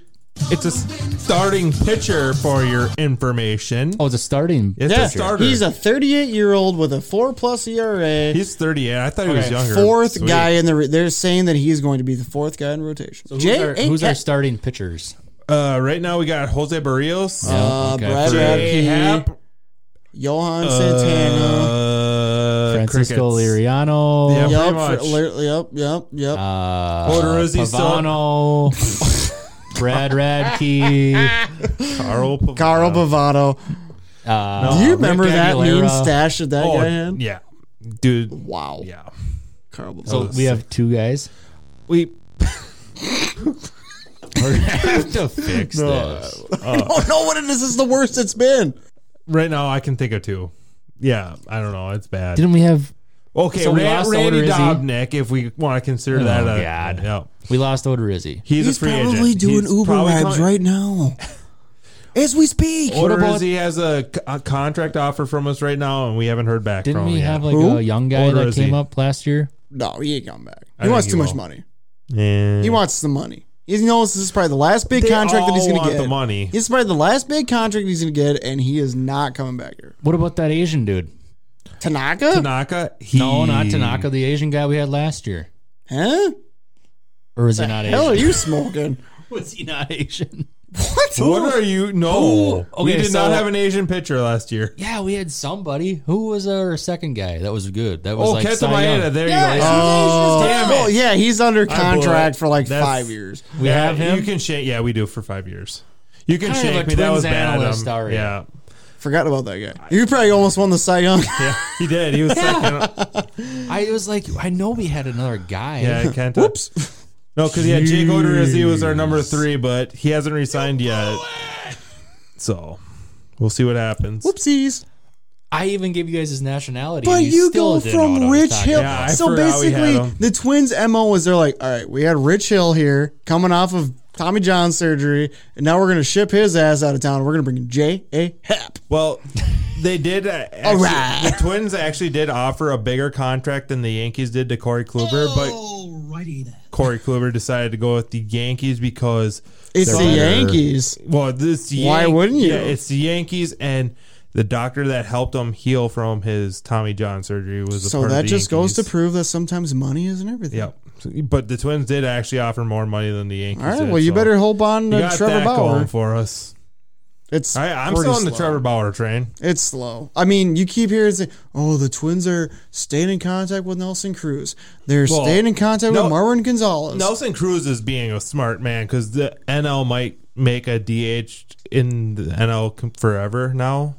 Speaker 7: It's a starting pitcher for your information.
Speaker 3: Oh, it's a starting.
Speaker 7: It's
Speaker 1: Yeah,
Speaker 7: a starter.
Speaker 1: he's a 38 year old with a four plus ERA.
Speaker 7: He's 38. I thought he was
Speaker 3: Okay,
Speaker 7: younger.
Speaker 1: Fourth
Speaker 7: Sweet.
Speaker 1: guy in the re- they're saying that he's going to be the fourth guy in rotation.
Speaker 3: Who's,
Speaker 1: Jay-
Speaker 3: our, who's our
Speaker 1: eh,
Speaker 3: starting pitchers?
Speaker 7: Uh, right now we got Jose Barrios,
Speaker 1: uh,
Speaker 3: Okay.
Speaker 1: Brad Radke,
Speaker 7: Jay Happ,
Speaker 3: Uh,
Speaker 1: Johan Santana,
Speaker 7: uh,
Speaker 3: Francisco
Speaker 7: crickets.
Speaker 3: Liriano.
Speaker 7: Yeah.
Speaker 1: yep,
Speaker 7: pretty much.
Speaker 1: Fr- yep, yep, yep.
Speaker 3: Uh,
Speaker 7: Odorizzi still-
Speaker 3: Pavano, Brad Radke.
Speaker 7: Carl. Pav-
Speaker 1: Carl Bavano.
Speaker 3: Uh,
Speaker 1: Do you
Speaker 3: Rick
Speaker 1: remember that
Speaker 3: Aguilera.
Speaker 1: mean stash that that
Speaker 7: Oh,
Speaker 1: guy had?
Speaker 7: yeah, dude.
Speaker 1: Wow.
Speaker 7: Yeah,
Speaker 1: Carl uh, Bavano.
Speaker 3: So we have two guys.
Speaker 7: we.
Speaker 3: We're gonna have to fix this.
Speaker 1: oh no! What it is this is the worst it's been.
Speaker 7: Right now I can think of two. Yeah, I don't know. It's bad.
Speaker 3: Didn't we have?
Speaker 7: okay,
Speaker 3: so we
Speaker 7: Ra-
Speaker 3: lost
Speaker 7: Randy
Speaker 3: Odorizzi.
Speaker 7: Dobnik, if we want to consider that. a-
Speaker 3: Oh, God.
Speaker 7: yeah.
Speaker 3: We lost Odorizzi.
Speaker 7: He's,
Speaker 1: He's
Speaker 7: a free
Speaker 1: probably
Speaker 7: agent.
Speaker 1: doing
Speaker 7: He's
Speaker 1: Uber
Speaker 7: probably Oh.
Speaker 1: rides
Speaker 7: coming-
Speaker 1: right now, as we speak.
Speaker 7: What
Speaker 3: about-
Speaker 7: about he has a, c- a contract offer from us right now, and we haven't heard back
Speaker 3: Didn't
Speaker 7: from
Speaker 3: we
Speaker 7: him
Speaker 3: have like
Speaker 1: Who?
Speaker 3: a young guy that
Speaker 7: Odorizzi.
Speaker 3: came up last year?
Speaker 1: No, he ain't coming back. He
Speaker 7: I think
Speaker 1: wants
Speaker 7: he
Speaker 1: too much
Speaker 7: will.
Speaker 1: money.
Speaker 7: yet. Yeah.
Speaker 1: He wants the money. He knows this is probably the last big
Speaker 7: They
Speaker 1: contract that he's
Speaker 7: all
Speaker 1: going to
Speaker 7: want
Speaker 1: get.
Speaker 7: the money.
Speaker 1: This is probably the last big contract he's going to get, and he is not coming back here.
Speaker 3: What about that Asian dude?
Speaker 1: Tanaka?
Speaker 7: Tanaka. He,
Speaker 3: No, not Tanaka, the Asian guy we had last year.
Speaker 1: Huh?
Speaker 3: Or is he not
Speaker 1: Hell, are
Speaker 3: Asian?
Speaker 1: you smoking?
Speaker 3: Was he not Asian?
Speaker 1: what?
Speaker 7: What are you? No,
Speaker 3: Who-
Speaker 7: we
Speaker 3: okay,
Speaker 7: did not
Speaker 3: so-
Speaker 7: have an Asian pitcher last year.
Speaker 3: Yeah, we had somebody. Who was our second guy? That was good. That was
Speaker 7: Oh,
Speaker 3: like
Speaker 7: Kenta
Speaker 3: Cy Young.
Speaker 7: Maeda. There you go.
Speaker 1: Oh,
Speaker 7: Damn it.
Speaker 1: oh, yeah, he's under contract
Speaker 7: it.
Speaker 1: for like
Speaker 7: That's-
Speaker 1: five years.
Speaker 3: We
Speaker 7: Yeah,
Speaker 3: have him.
Speaker 7: You can shake. Yeah, we do for five years. You can
Speaker 3: Kind of a
Speaker 7: shake me. That
Speaker 3: Twins
Speaker 7: was bad.
Speaker 3: analyst,
Speaker 7: Um,
Speaker 3: are you?
Speaker 7: yeah.
Speaker 1: Forgot about that guy. You probably almost won the Cy Young.
Speaker 7: Yeah, he did. He was second.
Speaker 3: I was like, I know we had another guy.
Speaker 7: Yeah, Kenta. Whoops. No, because yeah, Jake Odorizzi was our number three, but he hasn't resigned yet. So we'll see what happens.
Speaker 1: Whoopsies.
Speaker 3: I even gave you guys his nationality.
Speaker 1: But
Speaker 3: and
Speaker 1: you
Speaker 3: still
Speaker 1: go
Speaker 3: didn't know what I
Speaker 1: from
Speaker 3: was
Speaker 1: Rich
Speaker 3: talking
Speaker 1: Hill.
Speaker 3: about.
Speaker 7: Yeah, I
Speaker 1: so
Speaker 7: forgot we had
Speaker 1: basically,
Speaker 7: him.
Speaker 1: the Twins' MO was they're like, all right, we had Rich Hill here coming off of Tommy John surgery, and now we're going to ship his ass out of town. We're going to bring in J.A. Happ.
Speaker 7: Well, they did. uh, Actually,
Speaker 1: right.
Speaker 7: The Twins actually did offer a bigger contract than the Yankees did to Corey Kluber,
Speaker 4: Alrighty then.
Speaker 7: but Corey Kluber decided to go with the Yankees because
Speaker 1: It's
Speaker 7: they're
Speaker 1: the
Speaker 7: better.
Speaker 1: Yankees.
Speaker 7: Well, this
Speaker 1: Why wouldn't you?
Speaker 7: Yeah, it's the Yankees and the doctor that helped him heal from his Tommy John surgery was a
Speaker 1: So
Speaker 7: part of
Speaker 1: that
Speaker 7: the
Speaker 1: just goes to
Speaker 7: Yankees.
Speaker 1: prove that sometimes money isn't everything.
Speaker 7: Yep. But the Twins did actually offer more money than the Yankees.
Speaker 1: All right.
Speaker 7: did,
Speaker 1: Well, you
Speaker 7: so
Speaker 1: better hold on
Speaker 7: You
Speaker 1: to
Speaker 7: got
Speaker 1: Trevor
Speaker 7: that
Speaker 1: Bauer.
Speaker 7: going for us.
Speaker 1: It's
Speaker 7: I, I'm
Speaker 1: pretty
Speaker 7: still on the
Speaker 1: slow.
Speaker 7: Trevor Bauer train.
Speaker 1: It's slow. I mean, you keep hearing, say, "Oh, the Twins are staying in contact with Nelson Cruz. They're
Speaker 7: Well,
Speaker 1: staying in contact
Speaker 7: no-
Speaker 1: with Marwin Gonzalez."
Speaker 7: Nelson Cruz is being a smart man because the NL might make a DH in the NL com- forever now.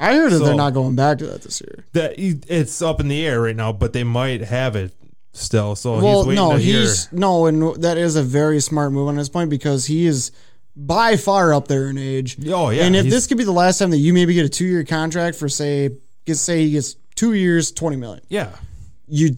Speaker 1: I heard that
Speaker 7: So-
Speaker 1: they're not going back to that this year.
Speaker 7: That it's up in the air right now, but they might have it still. So
Speaker 1: well,
Speaker 7: he's waiting
Speaker 1: no,
Speaker 7: to hear.
Speaker 1: he's no, and that is a very smart move on his point because he is by far up there in age.
Speaker 7: Oh, yeah,
Speaker 1: And if
Speaker 7: he's-
Speaker 1: this could be the last time that you maybe get a two-year contract for say, get say he gets two years, twenty million,
Speaker 7: yeah,
Speaker 1: you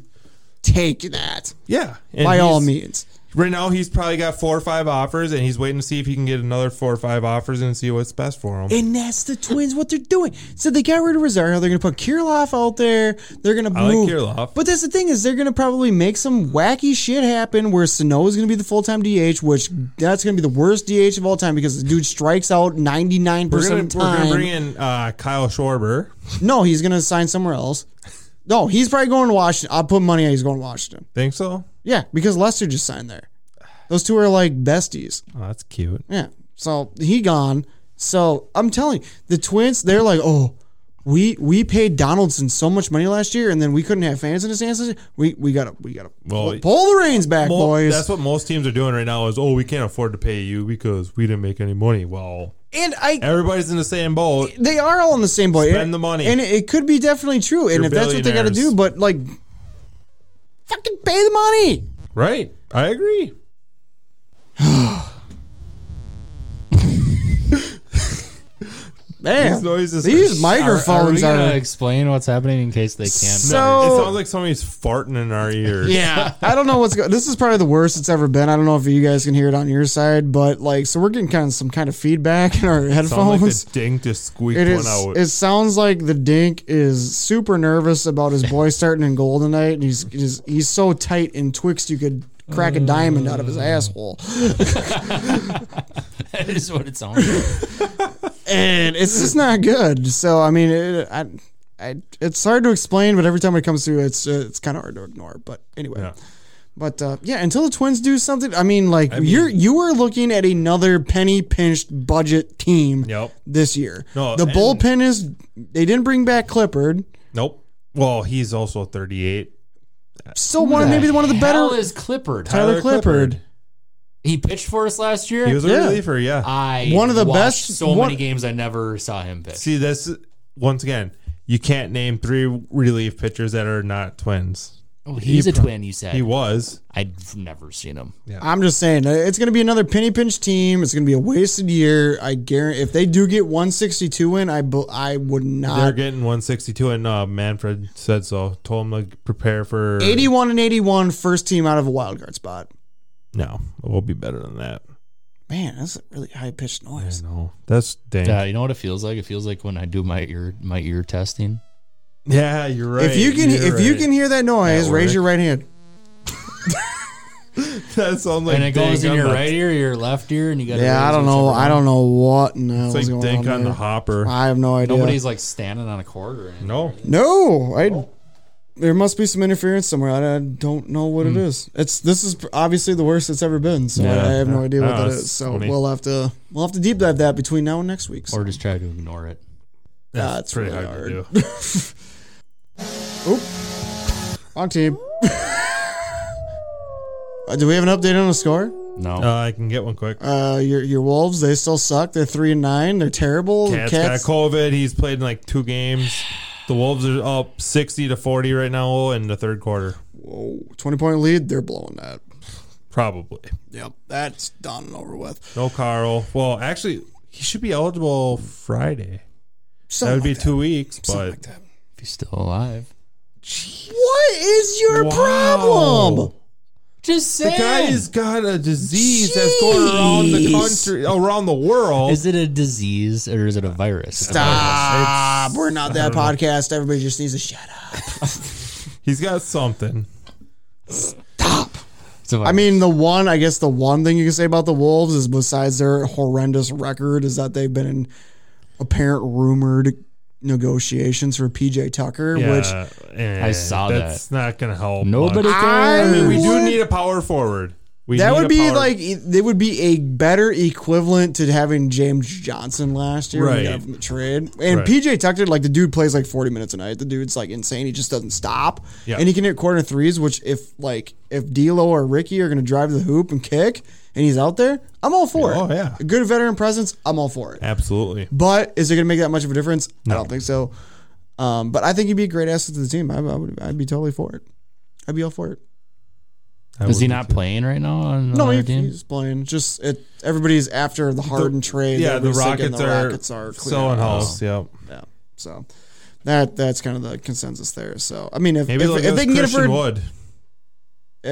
Speaker 1: take that
Speaker 7: yeah. And
Speaker 1: by all
Speaker 7: he's-
Speaker 1: means.
Speaker 7: right now he's probably got four or five offers, and he's waiting to see if he can get another four or five offers and see what's best for him.
Speaker 1: And that's the Twins. What they're doing. So they got rid of Rosario. They're going to put Kirilov out there. They're going to
Speaker 7: I like
Speaker 1: move.
Speaker 7: Kirilov.
Speaker 1: But that's the thing is they're going to probably make some wacky shit happen where Sano is going to be the full time DH, which that's going to be the worst DH of all time because the dude strikes out ninety nine
Speaker 7: we're
Speaker 1: percent
Speaker 7: gonna,
Speaker 1: of the
Speaker 7: we're
Speaker 1: time.
Speaker 7: gonna bring in uh, Kyle Schwarber.
Speaker 1: no, he's going to sign somewhere else. No, he's probably going to Washington. I'll put money on he's going to Washington.
Speaker 7: Think so?
Speaker 1: Yeah, because Lester just signed there. Those two are like besties.
Speaker 7: Oh, that's cute.
Speaker 1: Yeah. So he gone. So I'm telling you, the Twins, they're like, oh, we we paid Donaldson so much money last year, and then we couldn't have fans in the stands. this year. We we gotta we gotta
Speaker 7: Well,
Speaker 1: pull the reins back,
Speaker 7: Mo-
Speaker 1: boys.
Speaker 7: That's what most teams are doing right now is, oh, we can't afford to pay you because we didn't make any money. Well,
Speaker 1: and I.
Speaker 7: everybody's in the same boat.
Speaker 1: They are all in the same boat.
Speaker 7: Spend
Speaker 1: And-
Speaker 7: the money.
Speaker 1: and it, it could be definitely true. And
Speaker 7: You're
Speaker 1: if that's what they got to
Speaker 7: billionaires.
Speaker 1: do, but like, fucking pay the money.
Speaker 7: Right. I agree.
Speaker 1: Man,
Speaker 7: These noises
Speaker 1: these
Speaker 7: are-
Speaker 3: Are we
Speaker 1: microphones are.
Speaker 3: gonna explain what's happening in case they can't?
Speaker 1: So-
Speaker 7: it sounds like somebody's farting in our ears.
Speaker 1: Yeah, I don't know what's going. This is probably the worst it's ever been. I don't know if you guys can hear it on your side, but like, so we're getting kind of some kind of feedback in our
Speaker 7: Sounds like
Speaker 1: headphones.
Speaker 7: the dink just squeaked
Speaker 1: it
Speaker 7: one
Speaker 1: is.
Speaker 7: out.
Speaker 1: It sounds like the Dink is super nervous about his boy starting in goal tonight, and he's he's, he's so tight in Twix you could crack a diamond out of
Speaker 7: Mm.
Speaker 1: his asshole.
Speaker 3: that is what it sounds like.
Speaker 1: and it's just not good. So I mean, it, I, I, it's hard to explain, but every time it comes through, it's uh, it's kind of hard to ignore. But anyway,
Speaker 7: Yeah.
Speaker 1: but uh, yeah, until the Twins do something, I mean, like you're you are looking at another penny pinched budget team
Speaker 7: Yep.
Speaker 1: this year.
Speaker 7: No,
Speaker 1: the
Speaker 7: and-
Speaker 1: bullpen is they didn't bring back Clippard.
Speaker 7: nope. Well, he's also 38.
Speaker 1: Still one of maybe one of the
Speaker 3: Hell
Speaker 1: better.
Speaker 3: is Clippard.
Speaker 1: Tyler Clippard.
Speaker 3: He pitched for us last year.
Speaker 7: He was a
Speaker 1: Yeah. Ah.
Speaker 7: reliever, yeah.
Speaker 3: I
Speaker 1: One of the
Speaker 3: watched
Speaker 1: best-
Speaker 3: So
Speaker 1: one-
Speaker 3: many games I never saw him pitch.
Speaker 7: See, this once again, you can't name three relief pitchers that are not twins.
Speaker 3: oh, he's a twin. You said
Speaker 7: He was.
Speaker 3: I've never seen him.
Speaker 1: I'm just saying uh, it's going to be another penny pinch team. It's going to be a wasted year. I guarantee if they do get 162 in, I bu- I would
Speaker 7: They're
Speaker 1: not
Speaker 7: getting 162, and uh, Manfred said so. Told him to prepare for
Speaker 1: 81 and 81, first team out of a wild card spot.
Speaker 7: No, we'll be better than that.
Speaker 1: Man, that's a really high pitched noise.
Speaker 7: No, that's dang.
Speaker 3: Uh, you know what it feels like? It feels like when I do my ear my ear testing.
Speaker 7: yeah, you're right.
Speaker 1: if you can,
Speaker 7: you're
Speaker 1: if you
Speaker 7: right.
Speaker 1: can hear that noise, raise your right hand.
Speaker 7: that sounds like
Speaker 3: and it goes
Speaker 7: dang
Speaker 3: in
Speaker 7: on
Speaker 3: your
Speaker 7: the-
Speaker 3: right ear, your left ear, and you got.
Speaker 1: Yeah, I don't know. I uh, don't know what in the hell
Speaker 7: It's
Speaker 1: is
Speaker 7: like
Speaker 1: going
Speaker 7: dink
Speaker 1: on.
Speaker 7: on, the
Speaker 1: there.
Speaker 7: hopper.
Speaker 1: I have no idea.
Speaker 3: Nobody's like standing on a cord or anything.
Speaker 7: no,
Speaker 1: no, I. There must be some interference somewhere. I, I don't know what it is. It's this is obviously the worst it's ever been. So I,
Speaker 7: Hmm. Yeah,
Speaker 1: I have no
Speaker 7: yeah.
Speaker 1: idea what
Speaker 7: No,
Speaker 1: that
Speaker 7: it's
Speaker 1: is. So
Speaker 7: funny.
Speaker 1: we'll have to we'll have to deep dive that between now and next week. So
Speaker 3: Or just try to ignore it.
Speaker 1: that's
Speaker 7: pretty
Speaker 1: really
Speaker 7: hard to
Speaker 1: hard.
Speaker 7: do.
Speaker 1: On team. Uh, do we have an update on the score?
Speaker 3: No.
Speaker 7: Uh, I can get one quick.
Speaker 1: Uh, your your Wolves, they still suck. They're three and nine. They're terrible. The
Speaker 7: Cat's got COVID. He's played in like two games. The Wolves are up 60 to 40 right now in the third quarter.
Speaker 1: whoa, twenty point lead. They're blowing that.
Speaker 7: Probably.
Speaker 1: Yep, that's done and over with.
Speaker 7: No Carl. Well, actually, he should be eligible Friday. That would be two weeks, but
Speaker 3: If he's still alive.
Speaker 1: What is your
Speaker 7: Wow.
Speaker 1: problem?
Speaker 3: Just
Speaker 7: The guy's got a disease that's going around the
Speaker 1: Jeez.
Speaker 7: country, around the world.
Speaker 3: Is it a disease or is it a virus?
Speaker 1: Stop. We're not that podcast. Everybody just needs to shut up.
Speaker 7: He's got something.
Speaker 3: It's a virus.
Speaker 1: I mean, the one, I guess the one thing you can say about the Wolves is besides their horrendous record is that they've been in apparent rumored negotiations for PJ Tucker, which
Speaker 7: Yeah, eh,
Speaker 3: I saw
Speaker 7: that's not going to help.
Speaker 3: nobody
Speaker 7: much.
Speaker 1: I
Speaker 7: I mean, we do
Speaker 1: would-
Speaker 7: need a power forward. We
Speaker 1: that
Speaker 7: need
Speaker 1: would
Speaker 7: a
Speaker 1: be
Speaker 7: power-
Speaker 1: like it would be a better equivalent to having James Johnson last year when we
Speaker 7: Right.
Speaker 1: got him the trade. And
Speaker 7: Right.
Speaker 1: PJ Tucker, like the dude plays like forty minutes a night. The dude's like insane. He just doesn't stop.
Speaker 7: Yeah.
Speaker 1: And he can hit corner threes, which if like if D'Lo or Ricky are gonna drive to the hoop and kick and he's out there, I'm all for
Speaker 7: Oh,
Speaker 1: it.
Speaker 7: yeah.
Speaker 1: A good veteran presence, I'm all for it.
Speaker 7: absolutely.
Speaker 1: But is it gonna make that much of a difference? I don't think so. Um, but I think he'd be a great asset to the team. I, I would I'd be totally for it. I'd be all for it.
Speaker 7: I
Speaker 3: is he
Speaker 7: would-
Speaker 3: not playing right now on
Speaker 1: No,
Speaker 3: another
Speaker 1: he,
Speaker 3: team?
Speaker 1: he's playing. Just it, everybody's after the Harden trade.
Speaker 7: Yeah, the
Speaker 1: Everybody's thinking
Speaker 7: Rockets, are
Speaker 1: clearing
Speaker 7: selling
Speaker 1: house.
Speaker 7: house. Yep.
Speaker 1: Yeah, so that that's kind of the consensus there. So I mean, if
Speaker 7: Maybe
Speaker 1: if,
Speaker 7: they'll
Speaker 1: if
Speaker 7: give
Speaker 1: they
Speaker 7: us
Speaker 1: can
Speaker 7: Christian
Speaker 1: get it for
Speaker 7: Wood,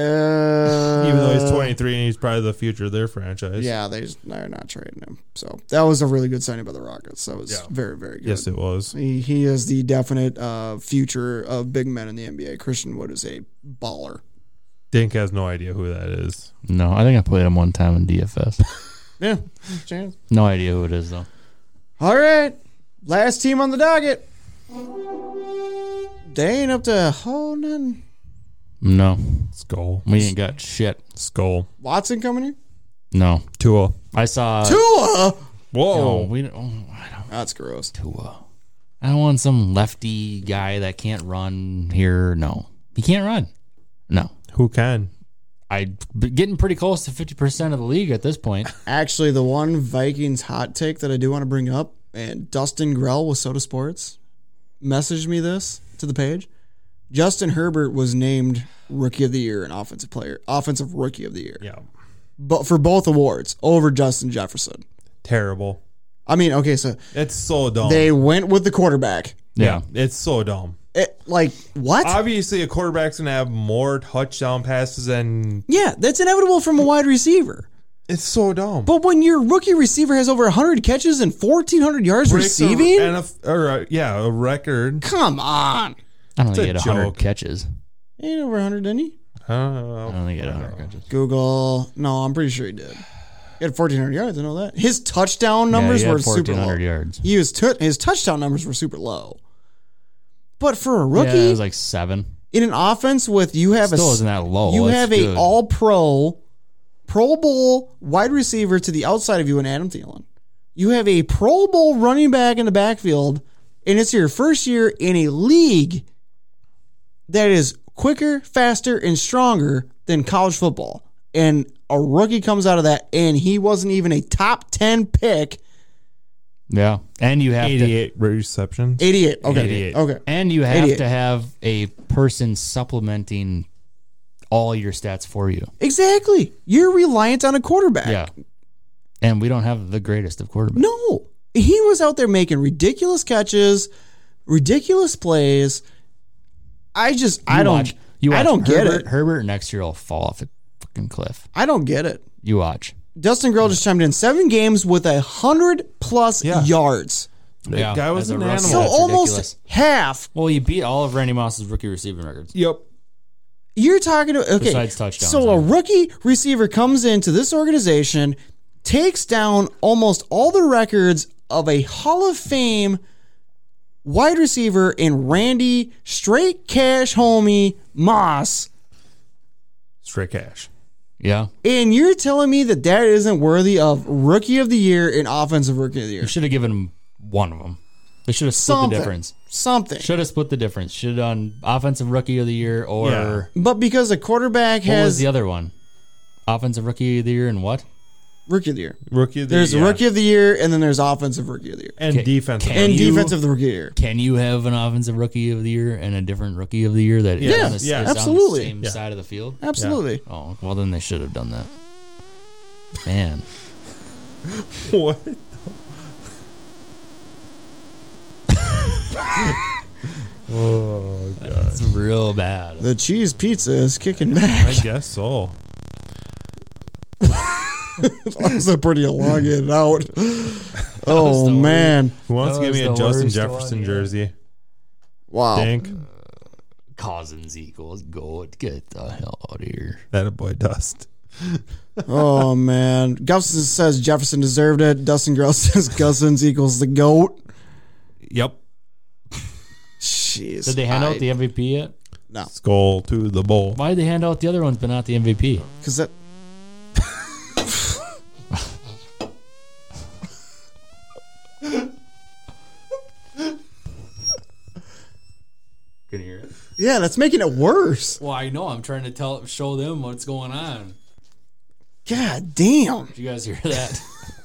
Speaker 1: uh,
Speaker 7: even though he's 23 and he's probably the future of their franchise.
Speaker 1: yeah, they just, they're not trading him. So that was a really good signing by the Rockets. That was
Speaker 7: Yeah.
Speaker 1: very very good.
Speaker 7: Yes, it was.
Speaker 1: He, he is the definite uh, future of big men in the NBA. Christian Wood is a baller.
Speaker 7: Dink has no idea who that is.
Speaker 3: No, I think I played him one time in DFS.
Speaker 1: Yeah, chance.
Speaker 3: no idea who it is though.
Speaker 1: All right. Last team on the docket. They ain't up to oh, holding.
Speaker 3: No,
Speaker 7: Skull.
Speaker 3: we ain't got shit.
Speaker 7: Skull.
Speaker 1: Watson coming here.
Speaker 3: No,
Speaker 7: Tua.
Speaker 3: I saw.
Speaker 1: Tua.
Speaker 3: No,
Speaker 7: Whoa.
Speaker 3: we don't. oh, I don't.
Speaker 1: That's gross.
Speaker 3: Tua. I don't want some lefty guy that can't run here. No, he can't run. No,
Speaker 7: Who can?
Speaker 3: I b- getting pretty close to fifty percent of the league at this point.
Speaker 1: Actually, the one Vikings hot take that I do want to bring up, and Dustin Grell with Soda Sports messaged me this to the page. Justin Herbert was named Rookie of the Year and Offensive Player, Offensive Rookie of the Year,
Speaker 7: Yeah.
Speaker 1: but for both awards over Justin Jefferson.
Speaker 7: Terrible.
Speaker 1: I mean, okay, so
Speaker 7: It's so dumb.
Speaker 1: they went with the quarterback.
Speaker 7: yeah. It's so dumb.
Speaker 1: It, like what?
Speaker 7: Obviously, a quarterback's going to have more touchdown passes, and
Speaker 1: Yeah, that's inevitable from a wide receiver.
Speaker 7: it's so dumb.
Speaker 1: But when your rookie receiver has over 100 catches and 1,400 yards
Speaker 7: Breaks a-
Speaker 1: receiving,
Speaker 7: and a f- or a- yeah, a record.
Speaker 1: come on.
Speaker 3: I don't
Speaker 7: It's
Speaker 3: think he
Speaker 7: a
Speaker 3: had hundred
Speaker 7: joke.
Speaker 3: catches.
Speaker 1: He ain't over 100, didn't he?
Speaker 7: I don't
Speaker 3: I
Speaker 7: know.
Speaker 3: don't think he had hundred catches.
Speaker 1: Google. No, I'm pretty sure he did. He had 1,400 yards. I know that. His touchdown numbers
Speaker 3: yeah, he
Speaker 1: were
Speaker 3: had
Speaker 1: super low.
Speaker 3: 1,400 yards.
Speaker 1: He was tou- his touchdown numbers were super low. But for a rookie
Speaker 3: Yeah, it was like seven.
Speaker 1: in an offense with you have
Speaker 3: Still
Speaker 1: a s-
Speaker 3: isn't that low.
Speaker 1: you
Speaker 3: That's
Speaker 1: have a
Speaker 3: good.
Speaker 1: All Pro, Pro Bowl wide receiver to the outside of you in Adam Thielen. You have a Pro Bowl running back in the backfield, and it's your first year in a league that is quicker, faster, and stronger than college football. And a rookie comes out of that, and he wasn't even a top ten pick.
Speaker 3: Yeah, and you have to.
Speaker 7: Eighty-eight receptions.
Speaker 1: Idiot. Okay.
Speaker 7: 88.
Speaker 1: Okay.
Speaker 3: And you have
Speaker 1: Idiot.
Speaker 3: to have a person supplementing all your stats for you.
Speaker 1: Exactly. You're reliant on a quarterback.
Speaker 3: Yeah. And we don't have the greatest of quarterbacks.
Speaker 1: No, he was out there making ridiculous catches, ridiculous plays. I just, I
Speaker 3: You
Speaker 1: don't,
Speaker 3: watch- you watch
Speaker 1: I don't get
Speaker 3: Herbert-
Speaker 1: it.
Speaker 3: Herbert next year will fall off a fucking cliff.
Speaker 1: I don't get it.
Speaker 3: You watch.
Speaker 1: Dustin Grill just chimed in seven games with a hundred plus
Speaker 7: Yeah.
Speaker 1: yards,
Speaker 3: yeah,
Speaker 7: guy was
Speaker 3: as a
Speaker 7: an
Speaker 3: rookie,
Speaker 7: animal.
Speaker 1: so
Speaker 3: that's
Speaker 1: almost
Speaker 3: ridiculous.
Speaker 1: half.
Speaker 3: Well, you beat all of Randy Moss's rookie receiving records.
Speaker 7: Yep.
Speaker 1: You're talking to okay.
Speaker 3: Besides touchdowns,
Speaker 1: so a
Speaker 3: I mean.
Speaker 1: rookie receiver comes into this organization, takes down almost all the records of a Hall of Fame wide receiver in Randy Straight Cash Homie Moss.
Speaker 7: Straight cash.
Speaker 3: Yeah.
Speaker 1: And you're telling me that that isn't worthy of rookie of the year and offensive rookie of the year?
Speaker 3: You should have given him one of them. They should have split
Speaker 1: Something.
Speaker 3: the difference.
Speaker 1: Something.
Speaker 3: Should have split the difference. Should have done offensive rookie of the year or
Speaker 7: Yeah.
Speaker 1: But because a quarterback
Speaker 3: what was
Speaker 1: has
Speaker 3: the other one? Offensive Rookie of the Year and what?
Speaker 1: Rookie of the year.
Speaker 7: Rookie of the
Speaker 1: There's
Speaker 7: year.
Speaker 1: rookie of the year, and then there's offensive rookie of the year,
Speaker 7: and defense.
Speaker 3: Can
Speaker 1: and
Speaker 3: you-
Speaker 1: defensive the rookie of the year.
Speaker 3: Can you have an Offensive Rookie of the Year and a different Rookie of the Year that
Speaker 7: Yeah,
Speaker 3: is, on the,
Speaker 7: yeah,
Speaker 3: is on the
Speaker 1: absolutely.
Speaker 3: same
Speaker 7: Yeah.
Speaker 3: side of the field?
Speaker 1: Absolutely.
Speaker 3: Oh, well, then they should have done that. Man.
Speaker 7: What? oh god.
Speaker 3: That's real bad.
Speaker 1: The cheese pizza is kicking back.
Speaker 7: I guess so.
Speaker 1: that was a pretty elongated out.
Speaker 3: the
Speaker 1: Oh
Speaker 3: worst.
Speaker 1: man!
Speaker 7: Who wants
Speaker 3: That
Speaker 7: to give
Speaker 3: was
Speaker 7: me a
Speaker 3: the
Speaker 7: Justin
Speaker 3: worst
Speaker 7: Jefferson
Speaker 3: one, yeah. Oh.
Speaker 7: jersey?
Speaker 1: Wow.
Speaker 7: Dink.
Speaker 3: Cousins equals gold. Get the hell out of here.
Speaker 7: That a boy dust.
Speaker 1: Oh man. Gustin says Jefferson deserved it. Dustin Gross says Gustin's equals the goat.
Speaker 7: Yep.
Speaker 1: Jeez.
Speaker 3: Did they hand
Speaker 1: I-
Speaker 3: out the MVP yet?
Speaker 7: Skull to the bowl.
Speaker 3: Why did they hand out the other ones but not the MVP?
Speaker 1: Cause that.
Speaker 3: Can you hear it?
Speaker 1: Yeah, that's making it worse.
Speaker 3: Well, I know. I'm trying to tell, show them what's going on.
Speaker 1: God damn.
Speaker 3: Did you guys hear that?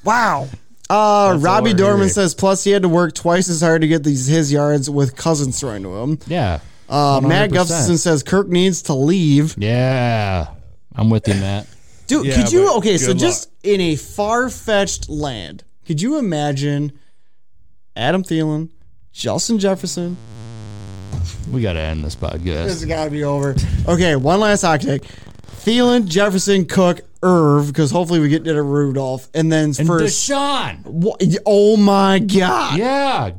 Speaker 1: Wow. Uh, Robbie
Speaker 3: all I
Speaker 1: Dorman
Speaker 3: hear.
Speaker 1: says, plus he had to work twice as hard to get these his yards with Cousins throwing to him.
Speaker 3: yeah.
Speaker 1: Uh, Matt
Speaker 3: 100%.
Speaker 1: Gustafson says Kirk needs to leave.
Speaker 3: Yeah. I'm with you, Matt.
Speaker 1: Dude,
Speaker 7: Yeah,
Speaker 1: could you
Speaker 7: but
Speaker 1: okay, so
Speaker 7: good
Speaker 1: just in a far fetched land, could you imagine Adam Thielen, Justin Jefferson?
Speaker 3: We got to end this
Speaker 1: This has
Speaker 3: podcast.
Speaker 1: gotta be over. Okay, one last hot take. Thielen, Jefferson, Cook, Irv, because hopefully we get rid of Rudolph, and then
Speaker 3: And
Speaker 1: first
Speaker 3: Deshaun.
Speaker 1: Wha- oh my god.
Speaker 3: Yeah.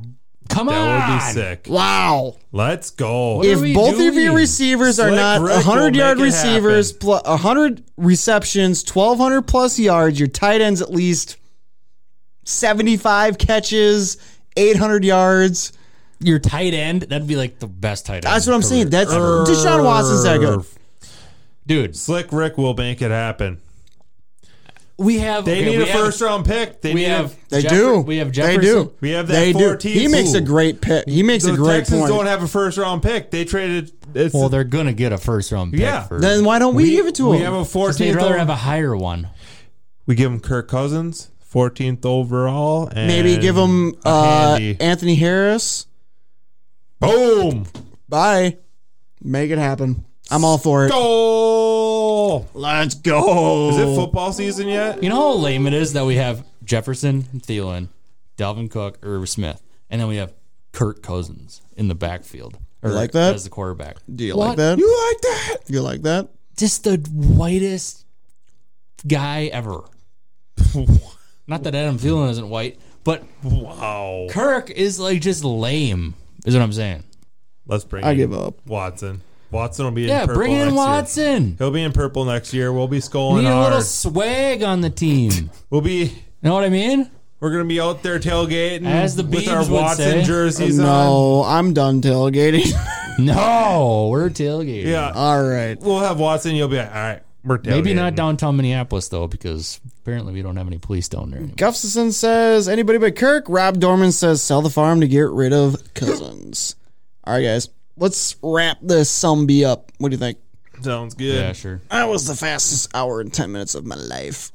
Speaker 3: Come on.
Speaker 7: That would be sick.
Speaker 1: Wow.
Speaker 7: Let's go.
Speaker 3: What are
Speaker 1: if
Speaker 3: we
Speaker 1: both of your
Speaker 3: doing?
Speaker 1: receivers are
Speaker 7: Slick
Speaker 1: not
Speaker 7: Rick will
Speaker 1: 100 yard
Speaker 7: make it
Speaker 1: receivers, plus 100 receptions, 1,200 plus yards, your tight ends at least 75 catches, 800 yards.
Speaker 3: Your tight end, that'd be like the best tight end.
Speaker 1: That's what I'm saying. That's
Speaker 7: Irv.
Speaker 1: Deshaun Watson's that good.
Speaker 3: Dude,
Speaker 7: Slick Rick will make it happen.
Speaker 3: we have.
Speaker 7: They
Speaker 3: okay,
Speaker 7: need
Speaker 3: we
Speaker 7: a
Speaker 3: have-
Speaker 7: first round pick. They
Speaker 3: We
Speaker 7: need a-
Speaker 3: have.
Speaker 1: They
Speaker 3: Jeffer-
Speaker 1: do.
Speaker 3: We have
Speaker 1: They
Speaker 3: Jefferson.
Speaker 1: do.
Speaker 7: we have that
Speaker 1: They do.
Speaker 7: 14th
Speaker 1: He makes a
Speaker 7: Ooh.
Speaker 1: great pick. He makes
Speaker 7: the
Speaker 1: a great
Speaker 7: Texans
Speaker 1: point.
Speaker 7: don't have a first round pick. They traded. It's,
Speaker 3: Well, they're gonna get a first round pick.
Speaker 7: Yeah.
Speaker 3: for,
Speaker 1: then why don't we, give it to
Speaker 7: we
Speaker 1: him?
Speaker 7: have a
Speaker 3: Because they'd
Speaker 7: 14th.
Speaker 3: rather have
Speaker 7: Over,
Speaker 3: a higher one.
Speaker 7: we give him Kirk Cousins, 14th overall. And
Speaker 1: Maybe give him
Speaker 7: a
Speaker 1: uh,
Speaker 7: handy-
Speaker 1: Anthony Harris.
Speaker 7: boom.
Speaker 1: Bye. Make it happen. I'm all for it.
Speaker 7: Goal.
Speaker 1: Let's go.
Speaker 7: Is it football season yet?
Speaker 3: You know how lame it is that we have Jefferson, Thielen, Dalvin Cook, Irv Smith, and then we have Kirk Cousins in the backfield. Or
Speaker 1: like
Speaker 7: Uh,
Speaker 1: that?
Speaker 3: as the quarterback.
Speaker 1: Do you like
Speaker 3: What?
Speaker 1: that?
Speaker 7: You like that?
Speaker 1: You like that?
Speaker 3: Just the whitest guy ever. Not that Adam Thielen isn't white, but
Speaker 7: Wow.
Speaker 3: Kirk is like just lame. Is what I'm saying.
Speaker 7: Let's bring.
Speaker 1: I
Speaker 7: in
Speaker 1: give up.
Speaker 7: Watson. Watson will be in
Speaker 3: Yeah,
Speaker 7: purple
Speaker 3: bring in
Speaker 7: next year.
Speaker 3: Watson.
Speaker 7: He'll be in purple next year. We'll be
Speaker 3: We
Speaker 7: scoring
Speaker 3: need a
Speaker 7: hard.
Speaker 3: little swag on the team. You
Speaker 7: We'll be
Speaker 3: know what I mean?
Speaker 7: We're gonna be out there tailgating
Speaker 3: As the
Speaker 7: with our
Speaker 3: Biebs would
Speaker 7: Watson
Speaker 3: say.
Speaker 7: jerseys on.
Speaker 1: No, I'm done tailgating.
Speaker 3: No, we're tailgating.
Speaker 7: Yeah,
Speaker 1: All right.
Speaker 7: we'll have Watson. You'll be like, all right, we're tailgating.
Speaker 3: Maybe not downtown Minneapolis though, because apparently we don't have any police down there anymore.
Speaker 1: Gustafson says, anybody but Kirk. Rob Dorman says, sell the farm to get rid of Cousins. All right, guys. Let's wrap this zombie up. What do you think?
Speaker 7: Sounds good.
Speaker 3: Yeah, sure.
Speaker 1: That was the fastest hour and 10 minutes of my life.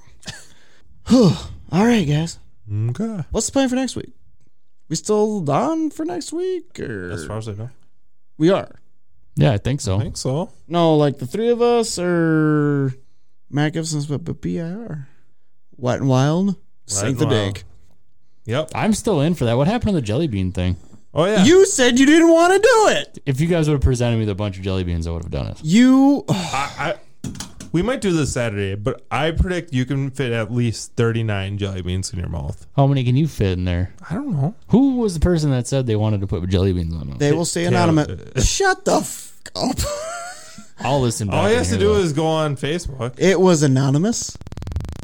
Speaker 1: All right, guys.
Speaker 7: Okay.
Speaker 1: What's the plan for next week? We still on for next week? Or
Speaker 7: As far as I know,
Speaker 1: we are.
Speaker 3: Yeah, I think so.
Speaker 7: I think so.
Speaker 1: No, like the three of us or Matt Gibson's but, but BIR. Wet and wild. Sink
Speaker 7: and
Speaker 1: the
Speaker 7: wild.
Speaker 1: dick.
Speaker 7: Yep.
Speaker 3: I'm still in for that. What happened to the jelly bean thing?
Speaker 7: Oh yeah.
Speaker 1: You said you didn't want to do it.
Speaker 3: If you guys would have presented me with a bunch of jelly beans, I would have done it.
Speaker 1: You
Speaker 7: I, I, we might do this Saturday, but I predict you can fit at least thirty-nine jelly beans in your mouth.
Speaker 3: How many can you fit in there?
Speaker 7: I don't know.
Speaker 3: Who was the person that said they wanted to put jelly beans on them?
Speaker 1: They will stay anonymous. Shut the f up.
Speaker 3: I'll listen. Back
Speaker 7: All he
Speaker 3: and
Speaker 7: has to
Speaker 3: hear
Speaker 7: do
Speaker 3: that.
Speaker 7: is go on Facebook.
Speaker 1: It was anonymous.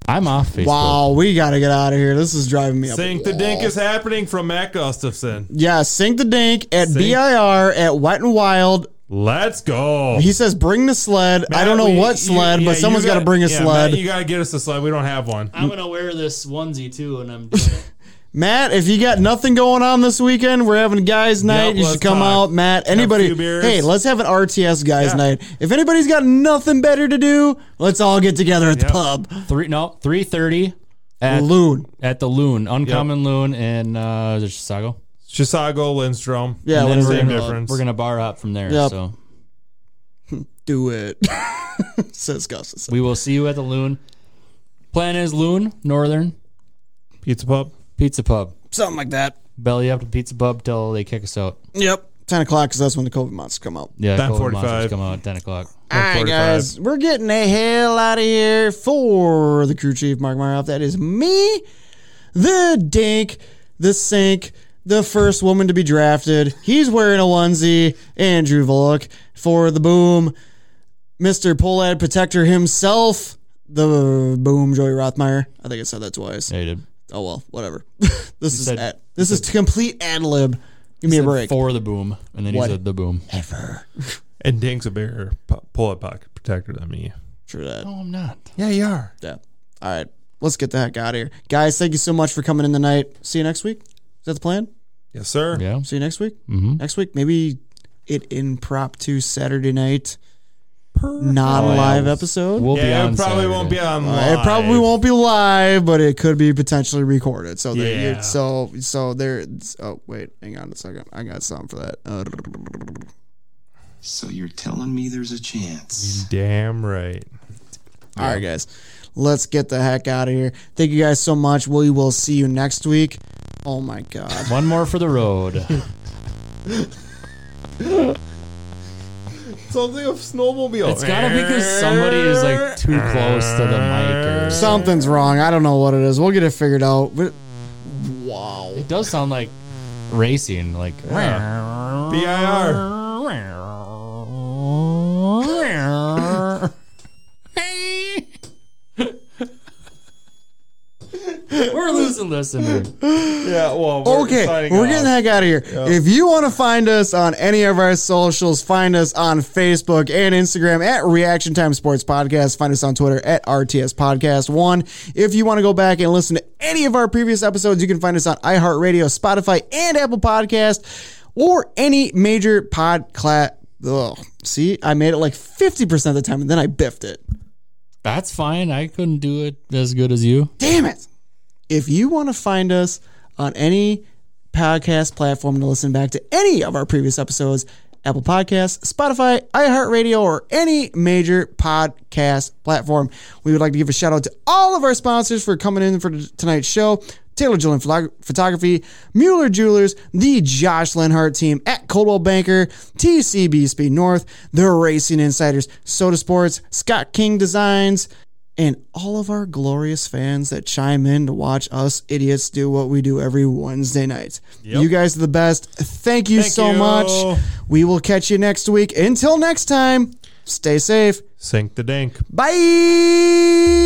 Speaker 3: I'm off Facebook.
Speaker 1: Wow, we gotta get out of here. This is driving me up.
Speaker 7: Sink the dink is happening from Matt Gustafson.
Speaker 1: yeah, sink the dink at
Speaker 7: Sink.
Speaker 1: BIR at Wet and Wild.
Speaker 7: Let's go.
Speaker 1: He says bring the sled. I don't know
Speaker 7: Matt, we-
Speaker 1: what sled,
Speaker 7: you- yeah,
Speaker 1: but
Speaker 7: you
Speaker 1: someone's got to bring a
Speaker 7: yeah,
Speaker 1: sled.
Speaker 7: Matt, you got to get us a sled. We don't have one.
Speaker 3: I'm gonna wear this onesie too, and I'm doing it.
Speaker 1: Matt, if you got nothing going on this weekend, we're having guys' night. you
Speaker 7: let's
Speaker 1: should come
Speaker 7: talk.
Speaker 1: out, Matt. Anybody?
Speaker 7: few beers.
Speaker 1: Hey, let's have an RTS guys'
Speaker 7: Yeah.
Speaker 1: night. If anybody's got nothing better to do, let's all get together at the
Speaker 7: Yep.
Speaker 1: pub.
Speaker 3: Three no three thirty at
Speaker 1: Loon.
Speaker 3: at the Loon, Uncommon Loon, and uh, is it Chicago?
Speaker 7: Chisago, Lindstrom.
Speaker 1: Yeah,
Speaker 3: And then
Speaker 1: let's
Speaker 3: we're
Speaker 7: same
Speaker 3: gonna,
Speaker 7: difference.
Speaker 3: We're gonna bar hop from there.
Speaker 1: Yep.
Speaker 3: So
Speaker 1: do it. Says Gus.
Speaker 3: we will see you at the Loon. Plan is Loon Northern
Speaker 7: Pizza Pub.
Speaker 3: Pizza Pub.
Speaker 1: Something like that.
Speaker 3: Belly up to Pizza Pub till they kick us out.
Speaker 1: Yep. 10 o'clock because that's when the COVID monsters come out.
Speaker 3: Yeah,
Speaker 7: 10:45.
Speaker 3: Covid monsters come out at ten o'clock.
Speaker 1: All right,
Speaker 7: 45.
Speaker 1: guys, we're getting the hell out of here for the crew chief, Mark Maroff. That is me, the dink, the sink, the first woman to be drafted. He's wearing a onesie, Andrew Volk, for the boom, Mr. Polad Protector himself, the boom, Joey Rothmeyer. I think I said that twice.
Speaker 3: Yeah, you did.
Speaker 1: Oh, well, whatever. this is
Speaker 3: said-
Speaker 1: ad, this is complete ad lib. Give me a break.
Speaker 3: For the boom, and then
Speaker 1: What?
Speaker 3: he said the boom.
Speaker 1: Ever.
Speaker 7: And Dink's a bigger po- pull up pocket protector than me.
Speaker 1: True that.
Speaker 3: No, I'm not.
Speaker 7: Yeah, you are.
Speaker 1: Yeah. All right. Let's get the heck out of here. Guys, thank you so much for coming in tonight. See you next week. Is that the plan?
Speaker 7: Yes, sir.
Speaker 3: Yeah,
Speaker 1: See you next week? Mm-hmm. Next week, maybe it impromptu Saturday night, non live episode.
Speaker 3: Oh, we'll be
Speaker 7: Yeah,
Speaker 3: on.
Speaker 7: it probably
Speaker 3: Saturday.
Speaker 7: won't be on.
Speaker 1: Uh, it probably won't be live, but it could be potentially recorded. So there,
Speaker 7: Yeah.
Speaker 1: you- so so there. Oh wait, hang on a second. I got something for that. Uh,
Speaker 8: So you're telling me there's a chance.
Speaker 7: Damn right.
Speaker 1: All right, guys. Let's get the heck out of here. Thank you guys so much. We will see you next week. Oh my god.
Speaker 3: One more for the road.
Speaker 7: Something of snowmobile.
Speaker 3: It's gotta be because somebody is like too close to the mic. Or
Speaker 1: Something's wrong. I don't know what it is. We'll get it figured out. But wow.
Speaker 3: It does sound like racing, like
Speaker 7: BIR.
Speaker 1: Uh,
Speaker 3: we're losing listeners.
Speaker 7: Yeah, well, Oh, we're
Speaker 1: Okay,
Speaker 7: signing
Speaker 1: we're
Speaker 7: off.
Speaker 1: getting the heck out of here. If you want to find us on any of our socials, find us on Facebook and Instagram at Reaction Time Sports Podcast. Find us on Twitter at RTS Podcast One. If you want to go back and listen to any of our previous episodes, you can find us on iHeartRadio, Spotify, and Apple Podcast, or any major pod class. Ugh. See, I made it like 50% of the time and then I biffed it.
Speaker 3: That's fine. I couldn't do it as good as you.
Speaker 1: damn it. If you want to find us on any podcast platform to listen back to any of our previous episodes, Apple Podcasts, Spotify, iHeartRadio, or any major podcast platform, we would like to give a shout out to all of our sponsors for coming in for tonight's show. Taylor Gillen Photog- Photography, Mueller Jewelers, the Josh Lenhart team at Coldwell Banker, TCB Speed North, the Racing Insiders, Soda Sports, Scott King Designs, and all of our glorious fans that chime in to watch us idiots do what we do every Wednesday night. You guys are the best. Thank you
Speaker 7: Thank
Speaker 1: so
Speaker 7: you.
Speaker 1: much. We will catch you next week. Until next time, stay safe.
Speaker 7: Sink the dink.
Speaker 1: Bye.